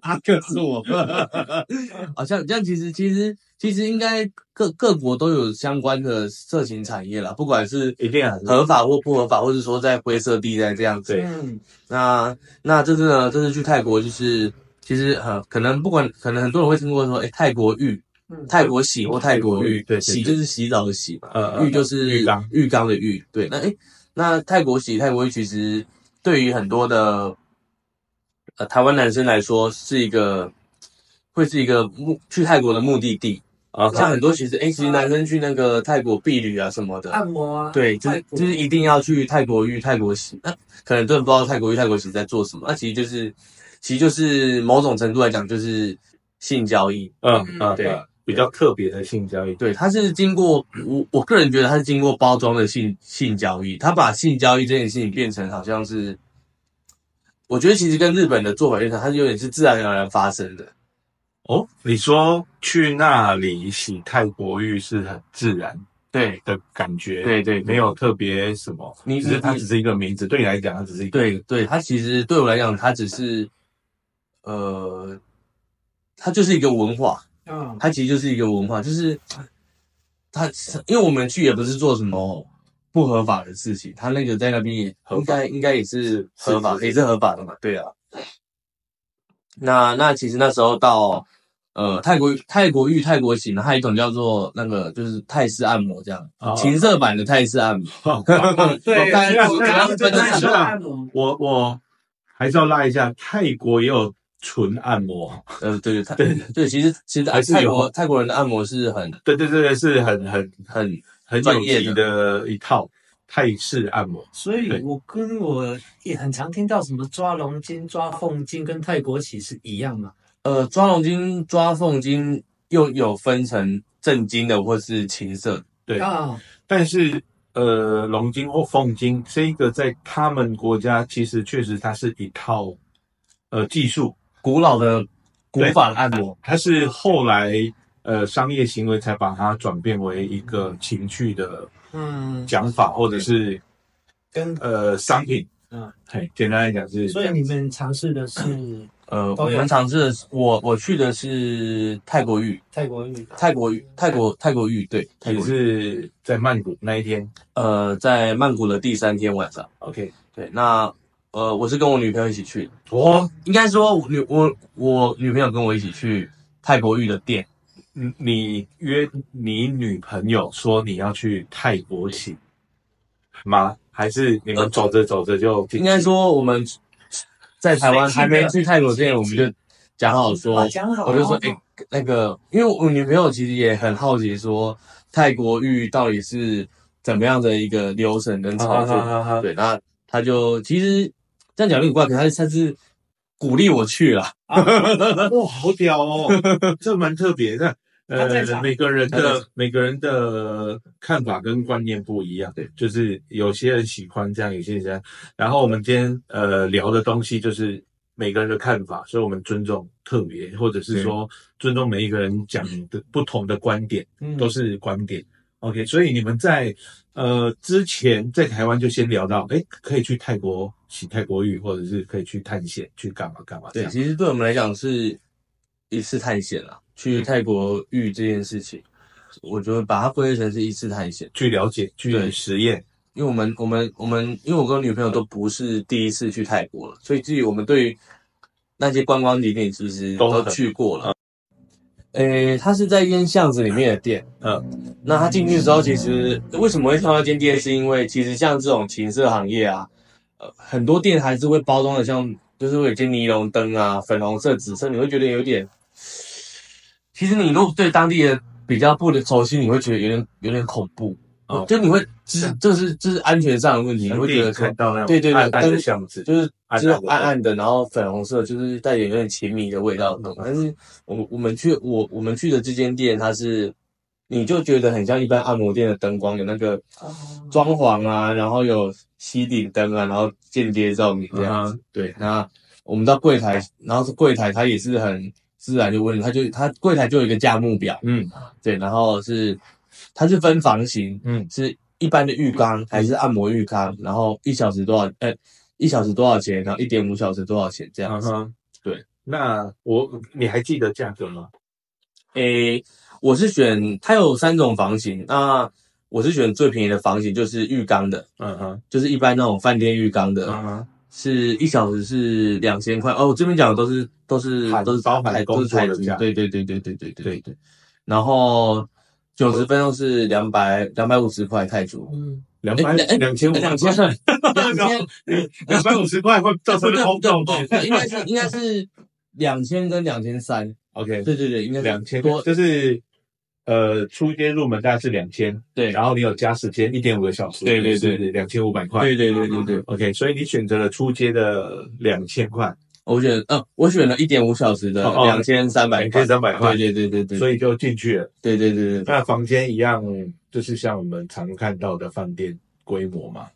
Speaker 1: 阿哥是我， 好哦像这样其实其实其实应该各各国都有相关的色情产业啦，不管是
Speaker 3: 一定很
Speaker 1: 合法或不合法，或是说在灰色地带这样子。
Speaker 3: 对
Speaker 5: 嗯，
Speaker 1: 那那这次呢，这次去泰国就是其实呃，可能不管可能很多人会听过说，诶、泰国浴
Speaker 5: 嗯。
Speaker 1: 泰国洗或泰国浴，
Speaker 3: 对对对
Speaker 1: 洗就是洗澡的洗嘛，
Speaker 3: 呃
Speaker 1: 浴就是
Speaker 3: 浴缸
Speaker 1: 浴缸的浴。对，那诶，那泰国洗泰国浴其实对于很多的呃台湾男生来说是一个会是一个目去泰国的目的地。
Speaker 3: 啊
Speaker 1: 像很多其实诶，其实男生去那个泰国避旅啊什么的，
Speaker 5: 按摩啊，
Speaker 1: 对，就是
Speaker 5: 泰国
Speaker 1: 就是一定要去泰国浴、泰国洗。那可能真的不知道泰国浴、泰国洗在做什么，那其实就是其实就是某种程度来讲就是性交易。
Speaker 3: 嗯嗯，
Speaker 1: 对
Speaker 3: 对，比较特别的性交易。
Speaker 1: 对，它是经过我我个人觉得它是经过包装的性性交易，他把性交易这件事情变成好像是，我觉得其实跟日本的做法有点像，它是有点是自然而然发生的。
Speaker 3: 哦，你说去那里洗泰国浴是很自然
Speaker 1: 对
Speaker 3: 的感觉，
Speaker 1: 对对对
Speaker 3: 没有特别什么，
Speaker 1: 你
Speaker 3: 只是它
Speaker 1: 你
Speaker 3: 只是一个名字，对你来讲它 只是一个
Speaker 1: 对对，它其实对我来讲，它只是，呃，它就是一个文化，
Speaker 5: 嗯，
Speaker 1: 它其实就是一个文化，就是它因为我们去也不是做什么不合法的事情，它那个在那边也
Speaker 3: 合
Speaker 1: 应
Speaker 3: 法
Speaker 1: 该应该也是合法
Speaker 3: 是是
Speaker 1: 也是合法的嘛，对啊。那那其实那时候到呃泰国泰国浴泰国行，还有一种叫做那个就是泰式按摩这样，
Speaker 3: 哦
Speaker 1: 情色版的泰式按摩。
Speaker 5: 对，
Speaker 1: 我
Speaker 3: 啊
Speaker 1: 刚才我刚刚
Speaker 5: 真
Speaker 1: 分
Speaker 5: 的
Speaker 1: 享
Speaker 5: 是按摩，
Speaker 3: 我我还是要拉一下，泰国也有纯按摩，
Speaker 1: 呃，对对，泰对，其实其实
Speaker 3: 还是
Speaker 1: 泰
Speaker 3: 有
Speaker 1: 国泰国人的按摩是很
Speaker 3: 对对对，是很很
Speaker 1: 很
Speaker 3: 很有
Speaker 1: 专业
Speaker 3: 级的一套泰式按摩。
Speaker 5: 所
Speaker 3: 对
Speaker 5: 以我跟我也很常听到什么抓龙筋、抓凤筋，跟泰国洗是一样嘛？
Speaker 1: 呃，抓龙筋、抓凤筋又有分成正经的或是情色的，
Speaker 3: 对，
Speaker 2: 哦
Speaker 5: 啊，
Speaker 3: 但是呃，龙筋或凤筋这一个在他们国家其实确实它是一套呃技术，
Speaker 1: 古老的古
Speaker 3: 对
Speaker 1: 法的按摩。
Speaker 3: 它是后来呃商业行为才把它转变为一个情趣的
Speaker 5: 嗯，
Speaker 3: 讲法，或者是
Speaker 5: 跟
Speaker 3: 呃商品。
Speaker 5: 嗯，
Speaker 3: 嘿，简单来讲是这
Speaker 5: 所以
Speaker 3: 样，
Speaker 5: 你们尝试的是
Speaker 1: 呃，
Speaker 5: 都
Speaker 1: 我
Speaker 5: 有
Speaker 1: 们尝试的是，我我去的是泰国浴，
Speaker 5: 泰国浴，
Speaker 1: 泰国浴，泰国泰国浴，对，泰
Speaker 3: 也
Speaker 1: 国浴。
Speaker 3: 是在曼谷那一天。
Speaker 1: 呃，在曼谷的第三天晚上，
Speaker 3: OK，
Speaker 1: 对，那呃，我是跟我女朋友一起去的，
Speaker 3: 哦，
Speaker 1: 应该说我女我我女朋友跟我一起去泰国浴的店，
Speaker 3: 你你约你女朋友说你要去泰国洗吗？还是你们走着走着就进去
Speaker 1: 应该说我们在台湾还没去泰国之前，我们就讲好说
Speaker 5: 啊，讲好，
Speaker 1: 我
Speaker 3: 哦
Speaker 1: 就说，哎、那个，因为我女朋友其实也很好奇说，泰国浴到底是怎么样的一个流程跟操作。
Speaker 3: 啊啊啊啊
Speaker 1: 对，那她就其实这样讲有点怪，可是她她是鼓励我去啦。
Speaker 3: 哇，好屌哦，这蛮特别的。
Speaker 5: 他在
Speaker 3: 呃，
Speaker 5: 场
Speaker 3: 每个人
Speaker 1: 他在
Speaker 3: 的每个人的看法跟观念不一样，
Speaker 1: 对，
Speaker 3: 就是有些人喜欢这样，有些人喜欢。然后我们今天呃聊的东西就是每个人的看法，所以我们尊重特别，或者是说尊重每一个人讲的不同的观点，
Speaker 5: 嗯
Speaker 3: 都是观点。OK，所以你们在呃之前在台湾就先聊到，哎，可以去泰国洗泰国浴，或者是可以去探险，去干嘛干嘛这
Speaker 1: 对，
Speaker 3: 样。
Speaker 1: 其实对我们来讲是一次探险啦，去
Speaker 3: 嗯
Speaker 1: 泰国遇这件事情，我觉得把它归类成是一次探险。
Speaker 3: 去了解，去
Speaker 1: 对
Speaker 3: 实验，
Speaker 1: 因为我们我们我们，因为我跟我女朋友都不是第一次去泰国了，所以至于我们对于那些观光景点其实
Speaker 3: 都
Speaker 1: 都
Speaker 3: 很嗯
Speaker 1: 去过了。诶，它是在一间巷子里面的店。
Speaker 3: 嗯，
Speaker 1: 那他进去之后，其实为什么会挑那间店，是因为其实像这种情色行业啊，呃，很多店还是会包装的像，就是会有一些尼龙灯啊，粉红色、紫色，你会觉得有点。其实你如果对当地的比较不熟悉，你会觉得有点有点恐怖，
Speaker 3: 哦
Speaker 1: 就你会知这是这是安全上的问题，你会觉得说
Speaker 3: 看到那种
Speaker 1: 对对对
Speaker 3: 暗淡
Speaker 1: 但
Speaker 3: 的
Speaker 1: 是
Speaker 3: 巷子，
Speaker 1: 就是
Speaker 3: 暗
Speaker 1: 就是
Speaker 3: 暗的
Speaker 1: 暗暗的，然后粉红色，就是带点有点情迷的味道的东西。
Speaker 3: 嗯
Speaker 1: 但是我们我们去我我们去的这间店，它是你就觉得很像一般按摩店的灯光，有那个装潢啊，然后有吸顶灯啊，然后间接照明这样子。
Speaker 3: 嗯，对，
Speaker 1: 那我们到柜台，然后柜台它也是很自然就问你，它就它柜台就有一个价目表，
Speaker 3: 嗯
Speaker 1: 对，然后是它是分房型，
Speaker 3: 嗯，
Speaker 1: 是一般的浴缸还是按摩浴缸，然后一小时多少，呃，一小时多少钱，然后一点五小时多少钱这样
Speaker 3: 嗯
Speaker 1: 子。
Speaker 3: 哼，
Speaker 1: 对。
Speaker 3: 那我你还记得价格吗？
Speaker 1: 诶、我是选它有三种房型，那我是选最便宜的房型，就是浴缸的，
Speaker 3: 嗯哼，
Speaker 1: 就是一般那种饭店浴缸的，
Speaker 3: 嗯哼，
Speaker 1: 是一小时是两千块哦，我这边讲的都是都是
Speaker 3: 含
Speaker 1: 都是
Speaker 3: 包含
Speaker 1: 台
Speaker 3: 工
Speaker 1: 都是
Speaker 3: 作
Speaker 1: 台
Speaker 3: 的
Speaker 1: 资
Speaker 3: 价
Speaker 1: 对对对对对对对对对。然后九十分钟是两百两百五十块泰铢，
Speaker 5: 嗯，
Speaker 3: 两百
Speaker 1: 哎哎
Speaker 3: 两千五，
Speaker 1: 两千两千
Speaker 3: 两百五十块会造成轰动。
Speaker 1: 应该是应该是两千跟两千三，
Speaker 3: OK，
Speaker 1: 对对对，应该是
Speaker 3: 两千
Speaker 1: 多，
Speaker 3: 就是呃初阶入门大概是两千，
Speaker 1: 对
Speaker 3: 然后你有加时间一点五个小时，
Speaker 1: 对对对，
Speaker 3: 两千五百块。
Speaker 1: 对对对对对，
Speaker 3: OK，所以你选择了初阶的两千块，
Speaker 1: 我选呃我选了一点五小时的
Speaker 3: 哦哦
Speaker 1: 两千三百
Speaker 3: 两
Speaker 1: 块
Speaker 3: 千，三百块，
Speaker 1: 对对对对对，
Speaker 3: 所
Speaker 1: 以
Speaker 3: 以就进去了。
Speaker 1: 对对对对，
Speaker 3: 那房间一样，就是像我们常看到的饭店规模嘛。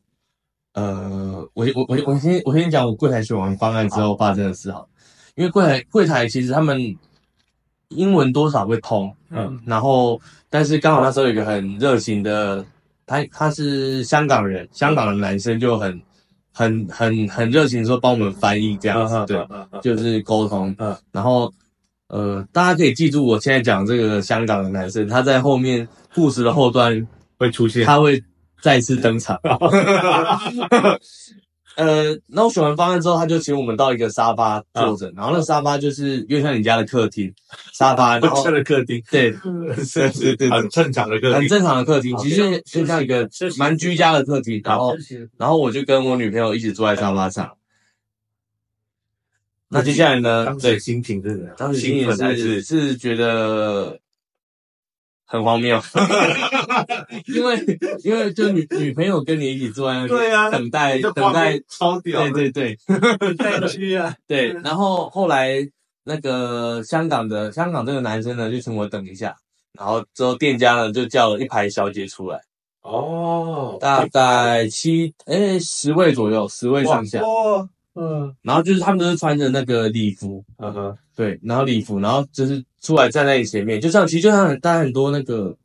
Speaker 1: 呃，我我我我先我先讲我柜台选完方案之后发生的事好了，因为柜台柜台其实他们英文多少会通，
Speaker 5: 哦
Speaker 3: 嗯
Speaker 1: 然后但是刚好那时候有一个很热情的，他他是香港人，香港的男生就很很很很热情地说帮我们翻译这样子，啊对，
Speaker 3: 对
Speaker 1: 就是沟通，
Speaker 3: 嗯
Speaker 1: 然后呃，大家可以记住我现在讲这个香港的男生，他在后面故事的后端
Speaker 3: 会出 现。
Speaker 1: 他会再次登场。呃，那我选完方案之后，他就请我们到一个沙发
Speaker 3: 啊
Speaker 1: 坐着，然后那个沙发就是又像你家的客厅沙发，然后
Speaker 3: 这的客厅，
Speaker 1: 对，
Speaker 3: 是 是
Speaker 1: 对对
Speaker 3: 很正常的客
Speaker 1: 很
Speaker 3: 厅。
Speaker 1: 正常的客厅，其实就像一个
Speaker 5: 休息
Speaker 1: 蛮居家的客厅。然
Speaker 5: 嗯
Speaker 1: 后，然后我就跟我女朋友一起坐在沙发上。那接下来呢？
Speaker 3: 当
Speaker 1: 对
Speaker 3: 时，心情是怎样
Speaker 1: 当时
Speaker 3: 兴
Speaker 1: 也
Speaker 3: 奋还
Speaker 1: 是
Speaker 3: 是
Speaker 1: 是觉得很荒 谬，因为因为就女女朋友跟你一起坐在那边
Speaker 3: 对啊
Speaker 1: 等待
Speaker 3: 这
Speaker 1: 等
Speaker 3: 画
Speaker 1: 待
Speaker 3: 面，超屌
Speaker 1: 对
Speaker 3: 的，
Speaker 1: 对对，
Speaker 5: 带去啊，
Speaker 1: 对，然后后来那个香港的香港这个男生呢，就请我等一下，然后之后店家呢就叫了一排小姐出来，
Speaker 3: 哦，
Speaker 1: 大概七哎十位左右，十位上下，
Speaker 5: 哦，嗯，
Speaker 1: 然后就是他们都是穿着那个礼服，
Speaker 3: 嗯哼，
Speaker 1: 对，然后礼服，然后就是出来站在你前面，就像其实就像很大家很多那个。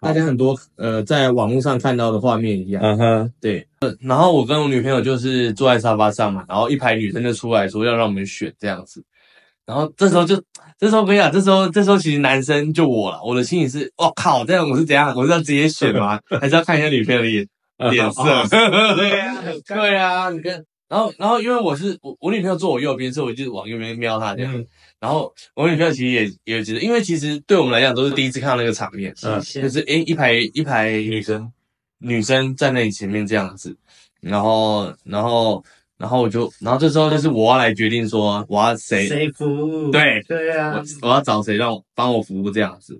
Speaker 1: 大家很多呃，在网络上看到的画面一样，
Speaker 3: 嗯哼，
Speaker 1: 对。呃然后我跟我女朋友就是坐在沙发上嘛，然后一排女生就出来说要让我们选这样子。然后这时候就，这时候我跟你讲，这时候这时候其实男生就我了，我的心里是，我靠，这样我是怎样？我是要直接选吗？还是要看一下女朋友的眼脸 色？
Speaker 3: 嗯哦
Speaker 1: 对啊， 对啊，你跟。然后，然后因为我是我我女朋友坐我右边，所以我就往右边瞄她这样。然后我女朋友其实也也觉得，因为其实对我们来讲都是第一次看到那个场面，
Speaker 3: 嗯
Speaker 1: 就是诶一排一排
Speaker 3: 女生，
Speaker 1: 女生站在你前面这样子，然后，然后，然后我就，然后这时候就是我要来决定说我要谁，
Speaker 5: 谁服务？
Speaker 1: 对
Speaker 5: 对啊
Speaker 1: 我，我要找谁让我帮我服务这样子，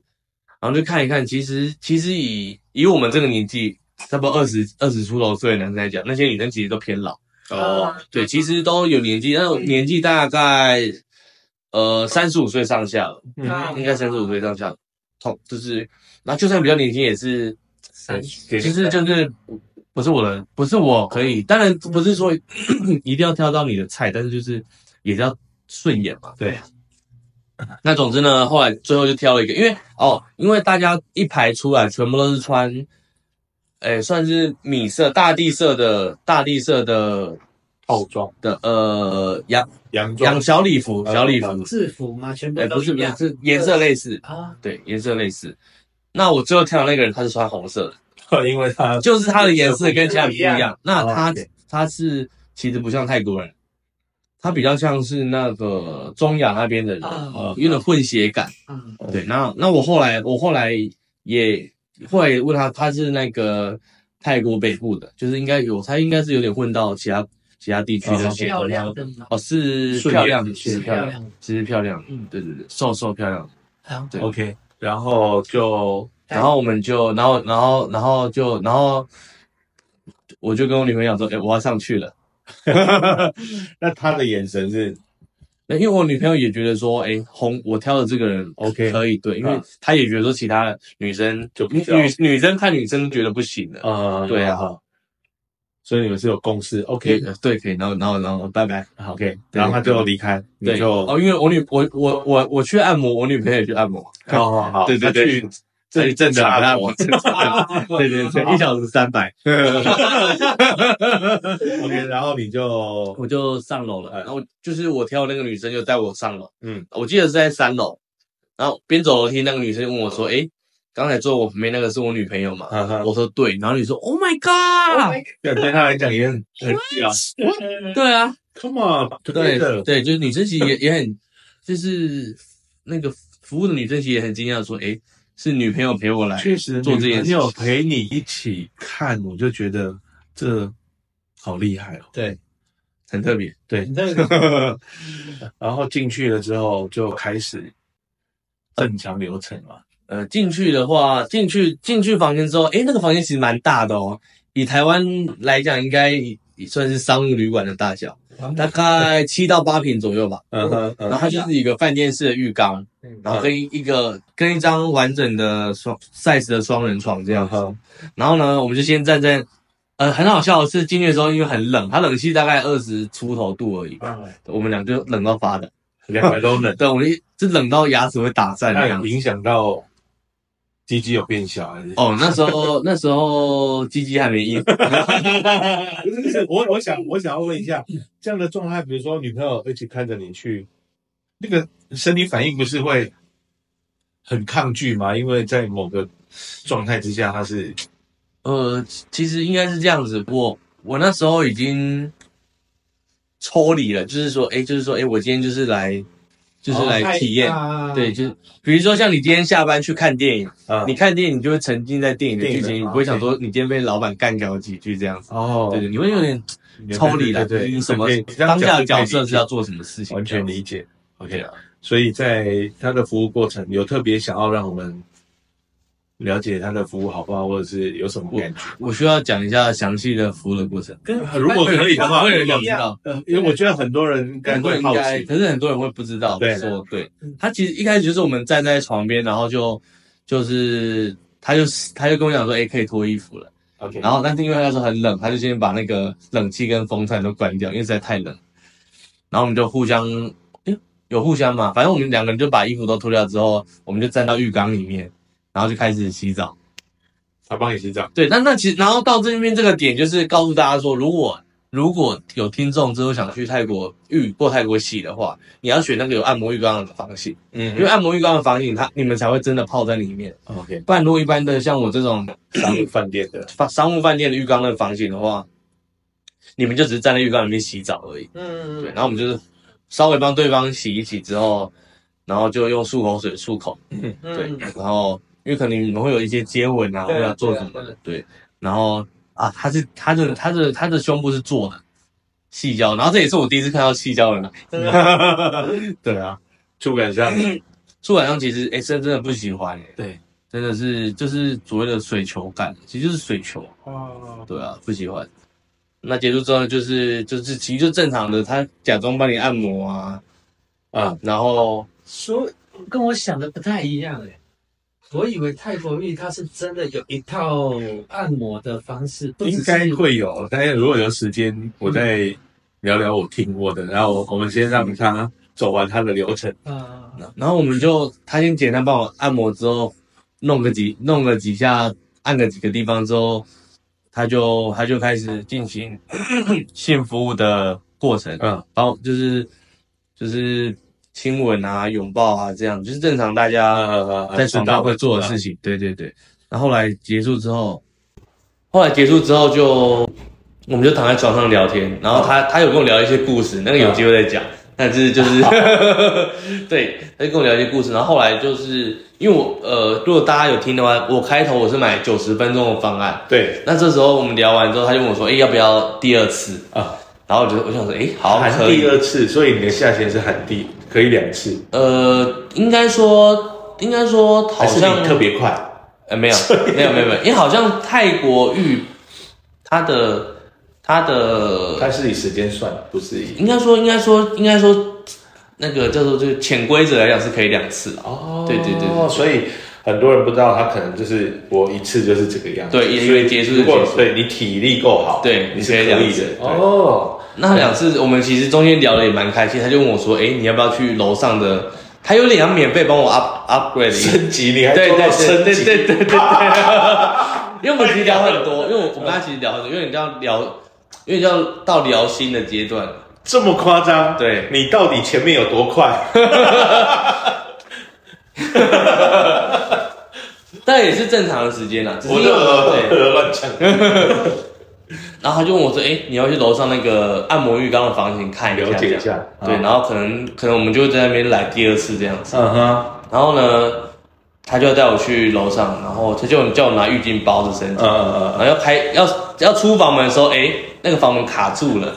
Speaker 1: 然后就看一看，其实其实以以我们这个年纪，差不多二十二十出头岁的男生来讲，那些女生其实都偏老，
Speaker 5: 哦
Speaker 1: 对，其实都有年纪，那种年纪大概呃三十五岁上下了，
Speaker 3: 嗯
Speaker 1: 应该三十五岁上下，同就是，然后就算比较年轻也是，
Speaker 5: 三十
Speaker 1: 其实就是不是我的，不是我可以，当然不是说 一定要挑到你的菜，但是就是也是要顺眼嘛。
Speaker 3: 对。
Speaker 1: 那总之呢，后来最后就挑了一个，因为哦，因为大家一排出来全部都是穿，哎、算是米色、大地色的、大地色的
Speaker 3: 套装、
Speaker 1: 的呃洋
Speaker 3: 洋装
Speaker 1: 洋，小礼服、小礼服，
Speaker 5: 制服吗？全部
Speaker 1: 哎、
Speaker 5: 都
Speaker 1: 不是
Speaker 5: 一
Speaker 1: 不是
Speaker 5: 样
Speaker 1: 是颜色类似，
Speaker 5: 啊？
Speaker 1: 对，颜色类似。那我最后挑的那个人，他是穿红色的，
Speaker 3: 因为它
Speaker 1: 就是他的颜色跟其他人不一样。那他、
Speaker 3: 哦，OK
Speaker 1: 他是其实不像泰国人，他比较像是那个中亚那边的人，呃
Speaker 5: 啊
Speaker 1: 有点混血感。
Speaker 5: 嗯，
Speaker 1: 对，那那我后来我后来也后来也问他，他是那个泰国北部的，就是应该有，他应该是有点混到其他其他地区的
Speaker 3: 哦
Speaker 1: 血
Speaker 5: 漂
Speaker 1: 统。
Speaker 5: 亮的嘛，
Speaker 1: 哦，是
Speaker 3: 顺眼
Speaker 1: 漂亮的，
Speaker 3: 是
Speaker 1: 是嗯漂
Speaker 5: 漂
Speaker 1: 亮，
Speaker 5: 亮的，
Speaker 1: 其实漂亮，嗯，对对对，瘦瘦漂亮。
Speaker 5: 好，
Speaker 1: 对
Speaker 3: OK，然后就
Speaker 1: 然后我们就，然后，然后，然后就，然后我就跟我女朋友讲说，哎、我要上去了。
Speaker 3: 那他的眼神是
Speaker 1: 那因为我女朋友也觉得说，哎、红我挑的这个人
Speaker 3: OK
Speaker 1: 可以，对，因为
Speaker 3: 啊
Speaker 1: 她也觉得说其他女生
Speaker 3: 就不
Speaker 1: 女
Speaker 3: 挑
Speaker 1: 女女生看女生觉得不行的。
Speaker 3: 呃，
Speaker 1: 对啊
Speaker 3: 好，所以你们是有共识
Speaker 1: 可以
Speaker 3: ，OK，OK，、
Speaker 1: 呃对，可以，然后，然后，然后，拜拜。
Speaker 3: 好，OK，然后他就离开，你
Speaker 1: 对，
Speaker 3: 就
Speaker 1: 哦，因为我女，我，我，我，我去按摩，我女朋友也去按摩。
Speaker 3: 好好好，
Speaker 1: 对对
Speaker 3: 他
Speaker 1: 对
Speaker 3: 去正正的
Speaker 1: 按
Speaker 3: 按
Speaker 1: 摩
Speaker 3: 摩，，
Speaker 1: 正常按摩 对对对，一小时三百。
Speaker 3: OK，然后你就
Speaker 1: 我就上楼了，
Speaker 3: 哎
Speaker 1: 然后就是我挑那个女生就带我上楼，
Speaker 3: 嗯，
Speaker 1: 我记得是在三楼，然后边走楼梯，那个女生就问我
Speaker 3: 哦
Speaker 1: 说：“诶，刚才坐我旁边那个是我女朋友嘛？”
Speaker 3: 哈哈，
Speaker 1: 我说：“对。”然后你说：“Oh
Speaker 3: 哦
Speaker 1: my
Speaker 5: 啊
Speaker 1: god！”
Speaker 3: 对对他来讲也很很屌
Speaker 1: 对啊，
Speaker 3: ，Come on，
Speaker 1: 对对，就是女生其实也也很，就是那个服务的女生其实也很惊讶，说：“诶，是女朋友陪我来。
Speaker 3: 确实
Speaker 1: 做这件事
Speaker 3: 你有陪你一起看，我就觉得这好厉害哦。
Speaker 2: 对，”
Speaker 1: 很特别。
Speaker 3: 对，
Speaker 2: 你这个
Speaker 3: 然后进去了之后就开始正常流程嘛，
Speaker 1: 呃，进去的话，进去进去房间之后，诶，那个房间其实蛮大的哦，以台湾来讲，应该也算是商务旅馆的大小。大概七到八平左右吧。
Speaker 3: 嗯哼，嗯
Speaker 1: 然后它就是一个饭店式的浴缸，然后跟一个跟一张完整的双 size 的双人床这样
Speaker 3: 嗯
Speaker 1: 子。
Speaker 3: 哼，
Speaker 1: 然后呢，我们就先站在，呃，很好笑的是进去的时候因为很冷，它冷气大概二十出头度而已，我们俩就冷到发的，
Speaker 3: 两个都冷，
Speaker 1: 对，我们一就冷到牙齿会打颤
Speaker 3: 那
Speaker 1: 那样
Speaker 3: 有
Speaker 1: 子。
Speaker 3: 影响到鸡鸡有变小还是？
Speaker 1: 哦，那时候那时候鸡鸡还没硬，
Speaker 3: 我我想我想要问一下，这样的状态，比如说女朋友一起看着你去，那个生理反应不是会很抗拒吗？因为在某个状态之下，她是
Speaker 1: 呃，其其实应该是这样子，我我那时候已经抽离了，就是说，哎，就是说，哎，我今天就是来，
Speaker 3: 哦
Speaker 1: 就是来体验，
Speaker 5: 啊
Speaker 1: 对，就是比如说像你今天下班去看电影，
Speaker 3: 啊
Speaker 1: 你看电影你就会沉浸在电影的
Speaker 3: 电影
Speaker 1: 剧情，
Speaker 3: 的
Speaker 1: 你
Speaker 3: 啊
Speaker 1: 不会想说你今天被老板干掉几句这样子，
Speaker 3: 哦
Speaker 1: 对对，你会有点抽离了，
Speaker 3: 对对，
Speaker 1: 你什么
Speaker 3: 对你这样
Speaker 1: 当
Speaker 3: 讲
Speaker 1: 下的
Speaker 3: 就可以
Speaker 1: 角色
Speaker 3: 理解
Speaker 1: 是要做什么事情，
Speaker 3: 完全
Speaker 1: 这样
Speaker 3: 理解。OK，
Speaker 1: 对啊
Speaker 3: 所以在他的服务过程，有特别想要让我们了解他的服务好不好，或者是有什么感觉？呃
Speaker 1: 我需要讲一下详细的服务的过程，
Speaker 2: 跟
Speaker 3: 如果可以的话
Speaker 1: 会有人
Speaker 3: 不
Speaker 1: 想
Speaker 3: 一
Speaker 1: 知
Speaker 3: 样
Speaker 1: 道。
Speaker 3: 呃，因为我觉得很多人应该
Speaker 1: 很多
Speaker 3: 会
Speaker 1: 人
Speaker 3: 好
Speaker 1: 应该，
Speaker 3: 奇，
Speaker 1: 可是很多人会不知道
Speaker 3: 对
Speaker 1: 说，对他其实一开始就是我们站在床边，然后就就是他就他就跟我讲说，哎、可以脱衣服了。
Speaker 3: OK，
Speaker 1: 然后但是因为他那时候很冷，他就先把那个冷气跟风扇都关掉，因为实在太冷。然后我们就互相，哎、有互相嘛，反正我们两个人就把衣服都脱掉之后，我们就站到浴缸里面，然后就开始洗澡。
Speaker 3: 他帮你洗澡，
Speaker 1: 对，那那其实然后到这边这个点，就是告诉大家说，如果如果有听众之后想去泰国浴或泰国洗的话，你要选那个有按摩浴缸的房型，因
Speaker 3: 嗯
Speaker 1: 为按摩浴缸的房型，它你们才会真的泡在里面。
Speaker 3: ，OK，
Speaker 1: 不然如果一般的像我这种
Speaker 3: 商务饭店的，
Speaker 1: 商商务饭店的浴缸的房型的话，你们就只是站在浴缸里面洗澡而已。
Speaker 5: 嗯，
Speaker 1: 对，然后我们就是稍微帮对方洗一洗之后，然后就用漱口水漱口，对，
Speaker 5: 嗯，
Speaker 1: 然后因为可能你们会有一些接吻啊，或
Speaker 5: 对啊
Speaker 1: 者做什么的，对，然后啊，他是他的他的他的胸部是做的细胶，然后这也是我第一次看到细胶的啦，啊
Speaker 5: 真的，
Speaker 3: 对啊，触感上，
Speaker 1: 触感上其实哎，真真的不喜欢、欸，
Speaker 3: 对，
Speaker 1: 真的是就是所谓的水球感，其实就是水球，
Speaker 5: 哦，
Speaker 1: 对啊，不喜欢。那结束之后就是就是其实就正常的，他假装帮你按摩啊，啊、然后
Speaker 5: 所跟我想的不太一样哎、我以为泰国浴它是真的有一套按摩的方式，不只
Speaker 3: 应
Speaker 5: 是
Speaker 3: 该会有，但是如果有时间，我
Speaker 1: 嗯
Speaker 3: 再聊聊我听过的，然后我们先让他走完他的流程。
Speaker 5: 啊、
Speaker 1: 然后我们就他先简单帮我按摩之后，弄个几弄个几下，按个几个地方之后，他就他就开始进行 性服务的过程，
Speaker 3: 嗯，
Speaker 1: 然后就是就是亲吻啊、拥抱啊这样，就是正常大家
Speaker 3: 呃
Speaker 1: 在床上会做的事情。对对对。然后后来结束之后，后来结束之后就我们就躺在床上聊天，然后他他有跟我聊一些故事，那个有机会再讲。但是就是 对，他就跟我聊一些故事，然后后来就是因为我呃，如果大家有听的话，我开头我是买九十分钟的方案，
Speaker 3: 对
Speaker 1: 那这时候我们聊完之后，他就问我说：“哎、要不要第二次
Speaker 3: 啊，？”
Speaker 1: 然后我就我想说：“哎、好，
Speaker 3: 含
Speaker 1: 可以。”
Speaker 3: 第二次，所以你的下限是含第可以两次，
Speaker 1: 呃，应该说，应该说，好
Speaker 3: 还是
Speaker 1: 像
Speaker 3: 你特别快？
Speaker 1: 呃没有没有没有没有，因为好像泰国浴，它的它的
Speaker 3: 它是以时间算，不是以
Speaker 1: 应该说应该说应该说那个叫做就是潜规则来讲是可以两次啦。
Speaker 3: 哦
Speaker 1: 对对对对
Speaker 3: 所以很多人不知道，他可能就是我一次就是这个样子。
Speaker 1: 对一个
Speaker 3: 所以
Speaker 1: 结束就
Speaker 3: 如果
Speaker 1: 结束
Speaker 3: 对你体力够好，
Speaker 1: 对
Speaker 3: 你是
Speaker 1: 你可以
Speaker 3: 可
Speaker 1: 两
Speaker 3: 以
Speaker 1: 次
Speaker 3: 的。
Speaker 1: 对
Speaker 3: 哦，
Speaker 1: 那两次我们其实中间聊的也蛮开心，他就问我说：“哎、你要不要去楼上的？”他有点要免费帮我 up upgrade 一下。
Speaker 3: 升级你还
Speaker 1: 对
Speaker 3: 做
Speaker 1: 对
Speaker 3: 到升
Speaker 1: 对
Speaker 3: 级，
Speaker 1: 对对对对 对，因为我们其实聊很多，因为我我跟他其实聊很多，因为你知道聊，因为你知道到聊心的阶段，
Speaker 3: 这么夸张？
Speaker 1: 对
Speaker 3: 你到底前面有多快？
Speaker 1: 但也是正常的时间啊啦。只是
Speaker 3: 我这
Speaker 1: 对，
Speaker 3: 乱讲。
Speaker 1: 然后他就问我说：“哎、你要去楼上那个按摩浴缸的房型看一下，
Speaker 3: 了解一下
Speaker 1: 这样
Speaker 3: 啊
Speaker 1: 对，然后可能可能我们就会在那边来第二次这样子。
Speaker 3: 嗯哼，
Speaker 1: 然后呢，他就要带我去楼上，然后他就叫我拿浴巾包着身
Speaker 3: 嗯
Speaker 1: 体，
Speaker 3: 嗯嗯
Speaker 1: 然后要开要要出房门的时候，哎、那个房门卡住 了。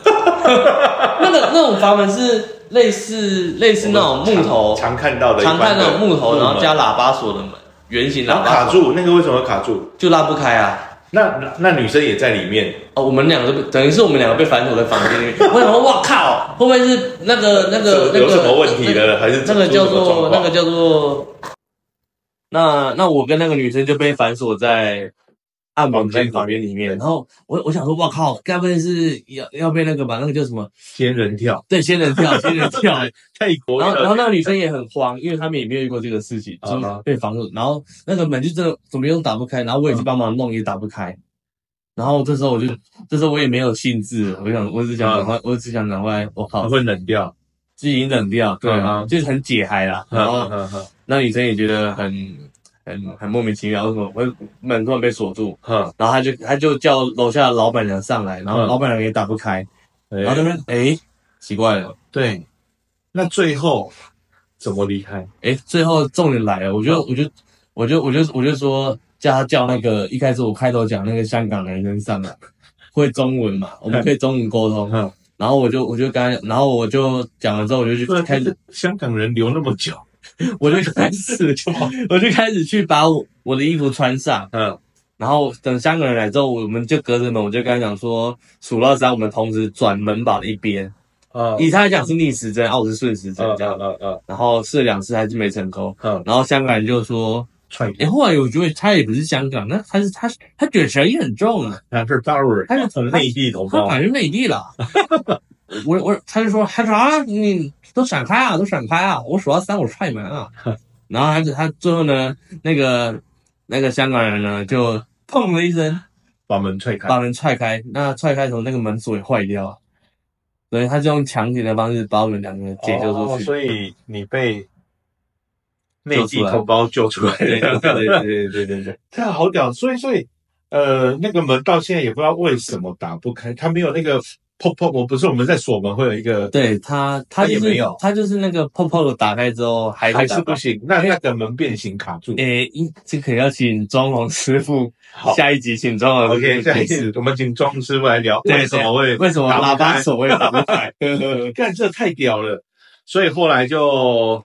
Speaker 1: 那个那种房门是类似类似
Speaker 3: 嗯，
Speaker 1: 那种木头，
Speaker 3: 常常看到的一般
Speaker 1: 常
Speaker 3: 的，
Speaker 1: 看那种木头，然后
Speaker 3: 门
Speaker 1: 加喇叭锁的门，圆形
Speaker 3: 然
Speaker 1: 喇
Speaker 3: 后
Speaker 1: 叭
Speaker 3: 卡
Speaker 1: 锁
Speaker 3: 住，那个为什么卡住？
Speaker 1: 就拉不开啊。
Speaker 3: 那那那女生也在里面，
Speaker 1: 哦，我们两个被等于是我们两个被反锁在房间里 面。我想说，哇靠，会不会是那个那个那
Speaker 3: 有
Speaker 1: 个
Speaker 3: 什么问题了？还是
Speaker 1: 那个
Speaker 3: 出
Speaker 1: 叫
Speaker 3: 什么状
Speaker 1: 做
Speaker 3: 况
Speaker 1: 那个叫做，那那我跟那个女生就被反锁在按摩间房间里面。然后我我想说，哇靠，该不会是要要被那个吧？那个叫什么？
Speaker 3: 仙人跳，
Speaker 1: 对，仙人跳，仙人跳。
Speaker 3: 泰国
Speaker 1: 然后然
Speaker 3: 的
Speaker 1: 后那个女生也很慌，因为他们也没有遇过这个事情，
Speaker 3: 啊
Speaker 1: 就
Speaker 3: 啊
Speaker 1: 是被防住。然后那个门就真的怎么用打不开，然后我也去帮忙弄也打不开。然后这时候我就，这时候我也没有兴致，我想我只想赶快，
Speaker 3: 啊
Speaker 1: 我只想赶快，我靠，
Speaker 3: 会冷掉。
Speaker 1: 自己冷掉，对
Speaker 3: 啊
Speaker 1: 啊，就是很解嗨啦。然后
Speaker 3: 嗯嗯
Speaker 1: 那女生也觉得很很很莫名其妙，为什么会门突然被锁住？
Speaker 3: 嗯
Speaker 1: 然后他就他就叫楼下的老板娘上来，然后
Speaker 3: 嗯
Speaker 1: 老板娘也打不开，
Speaker 3: 嗯，
Speaker 1: 然后那边哎奇怪了，
Speaker 3: 对，那最后怎么离开？
Speaker 1: 哎，最后重点来了，我就我就我就我就我就说叫他叫那个一开始我开头讲那个香港男生上来，会中文 嘛，我们可以中文沟通。
Speaker 3: 嗯
Speaker 1: 然后我就我就刚，然后我就讲了之后，我就去
Speaker 3: 不然
Speaker 1: 开
Speaker 3: 开
Speaker 1: 始
Speaker 3: 始，香港人留那么久，
Speaker 1: 我就开 始我就开始去把我我的衣服穿上，
Speaker 3: 嗯，
Speaker 1: 然后等香港人来之后，我们就隔着门，我就跟他讲说数到三，我们同时转门把的一边，
Speaker 3: 啊
Speaker 1: 以他来讲是逆时针，啊我是顺时针这样，
Speaker 3: 嗯嗯
Speaker 1: 然后试了两次还是没成功，
Speaker 3: 嗯，
Speaker 1: 然后香港人就说。
Speaker 3: 踹
Speaker 1: 哎、后来我觉得他也不是香港，那他是他是他卷舌也很重啊，
Speaker 3: 他是大陆人，
Speaker 1: 他是
Speaker 3: 从内地同
Speaker 1: 哎他
Speaker 3: 胞，
Speaker 1: 反正内地了。我我他就说他说啊，你都闪开啊，都闪开啊！我数到三，我踹门 啊！然后他就他最后呢，那个那个香港人呢，就砰的一声
Speaker 3: 把门踹开
Speaker 1: 把。门踹开，那踹开的时候那个门锁也坏掉了，所以他就用强行的方式把我们两个解救
Speaker 3: 哦
Speaker 1: 出去。
Speaker 3: 所以你被内地同胞救出来
Speaker 1: 对对对
Speaker 3: 了，
Speaker 1: 对对对对，
Speaker 3: 这样好屌。所以所以呃，那个门到现在也不知道为什么打不开，它没有那个砰砰，我不是我们在锁门会有一个，
Speaker 1: 对他他
Speaker 3: 他也
Speaker 1: 就是
Speaker 3: 没有
Speaker 1: 他就是那个泡泡的打开之后还
Speaker 3: 还
Speaker 1: 打
Speaker 3: 是不行。那那个门变形卡住。
Speaker 1: 诶，一这可能要请装潢师傅
Speaker 3: 好，
Speaker 1: 下一集请装潢
Speaker 3: OK，
Speaker 1: 师傅
Speaker 3: 下一
Speaker 1: 解释
Speaker 3: 次我们请庄师傅来聊
Speaker 1: 对
Speaker 3: 为什么会
Speaker 1: 为什么
Speaker 3: 打不
Speaker 1: 喇叭
Speaker 3: 开
Speaker 1: 手会打不 开。
Speaker 3: 干这太屌了，所以后来就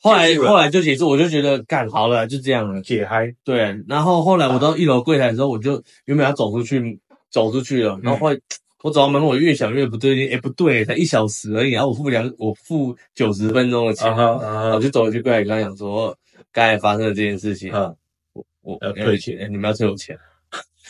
Speaker 1: 后来
Speaker 3: 结束了
Speaker 1: 后来就结束，我就觉得干好了，就这样了。
Speaker 3: 解嗨，
Speaker 1: 对，然后后来我到一楼柜台的时候，我就原本要走出去，走出去了，然后后来我走到门口，我越想越不对劲，哎，不对，才一小时而已，然后我付两，我付九十分钟的钱，
Speaker 3: 啊哈啊
Speaker 1: 我
Speaker 3: 哈，
Speaker 1: 就走回去柜台，跟他讲说，刚才发生了这件事情，
Speaker 3: 嗯
Speaker 1: 我我
Speaker 3: 要
Speaker 1: 哎
Speaker 3: 退钱
Speaker 1: 啊哎你们要退我钱，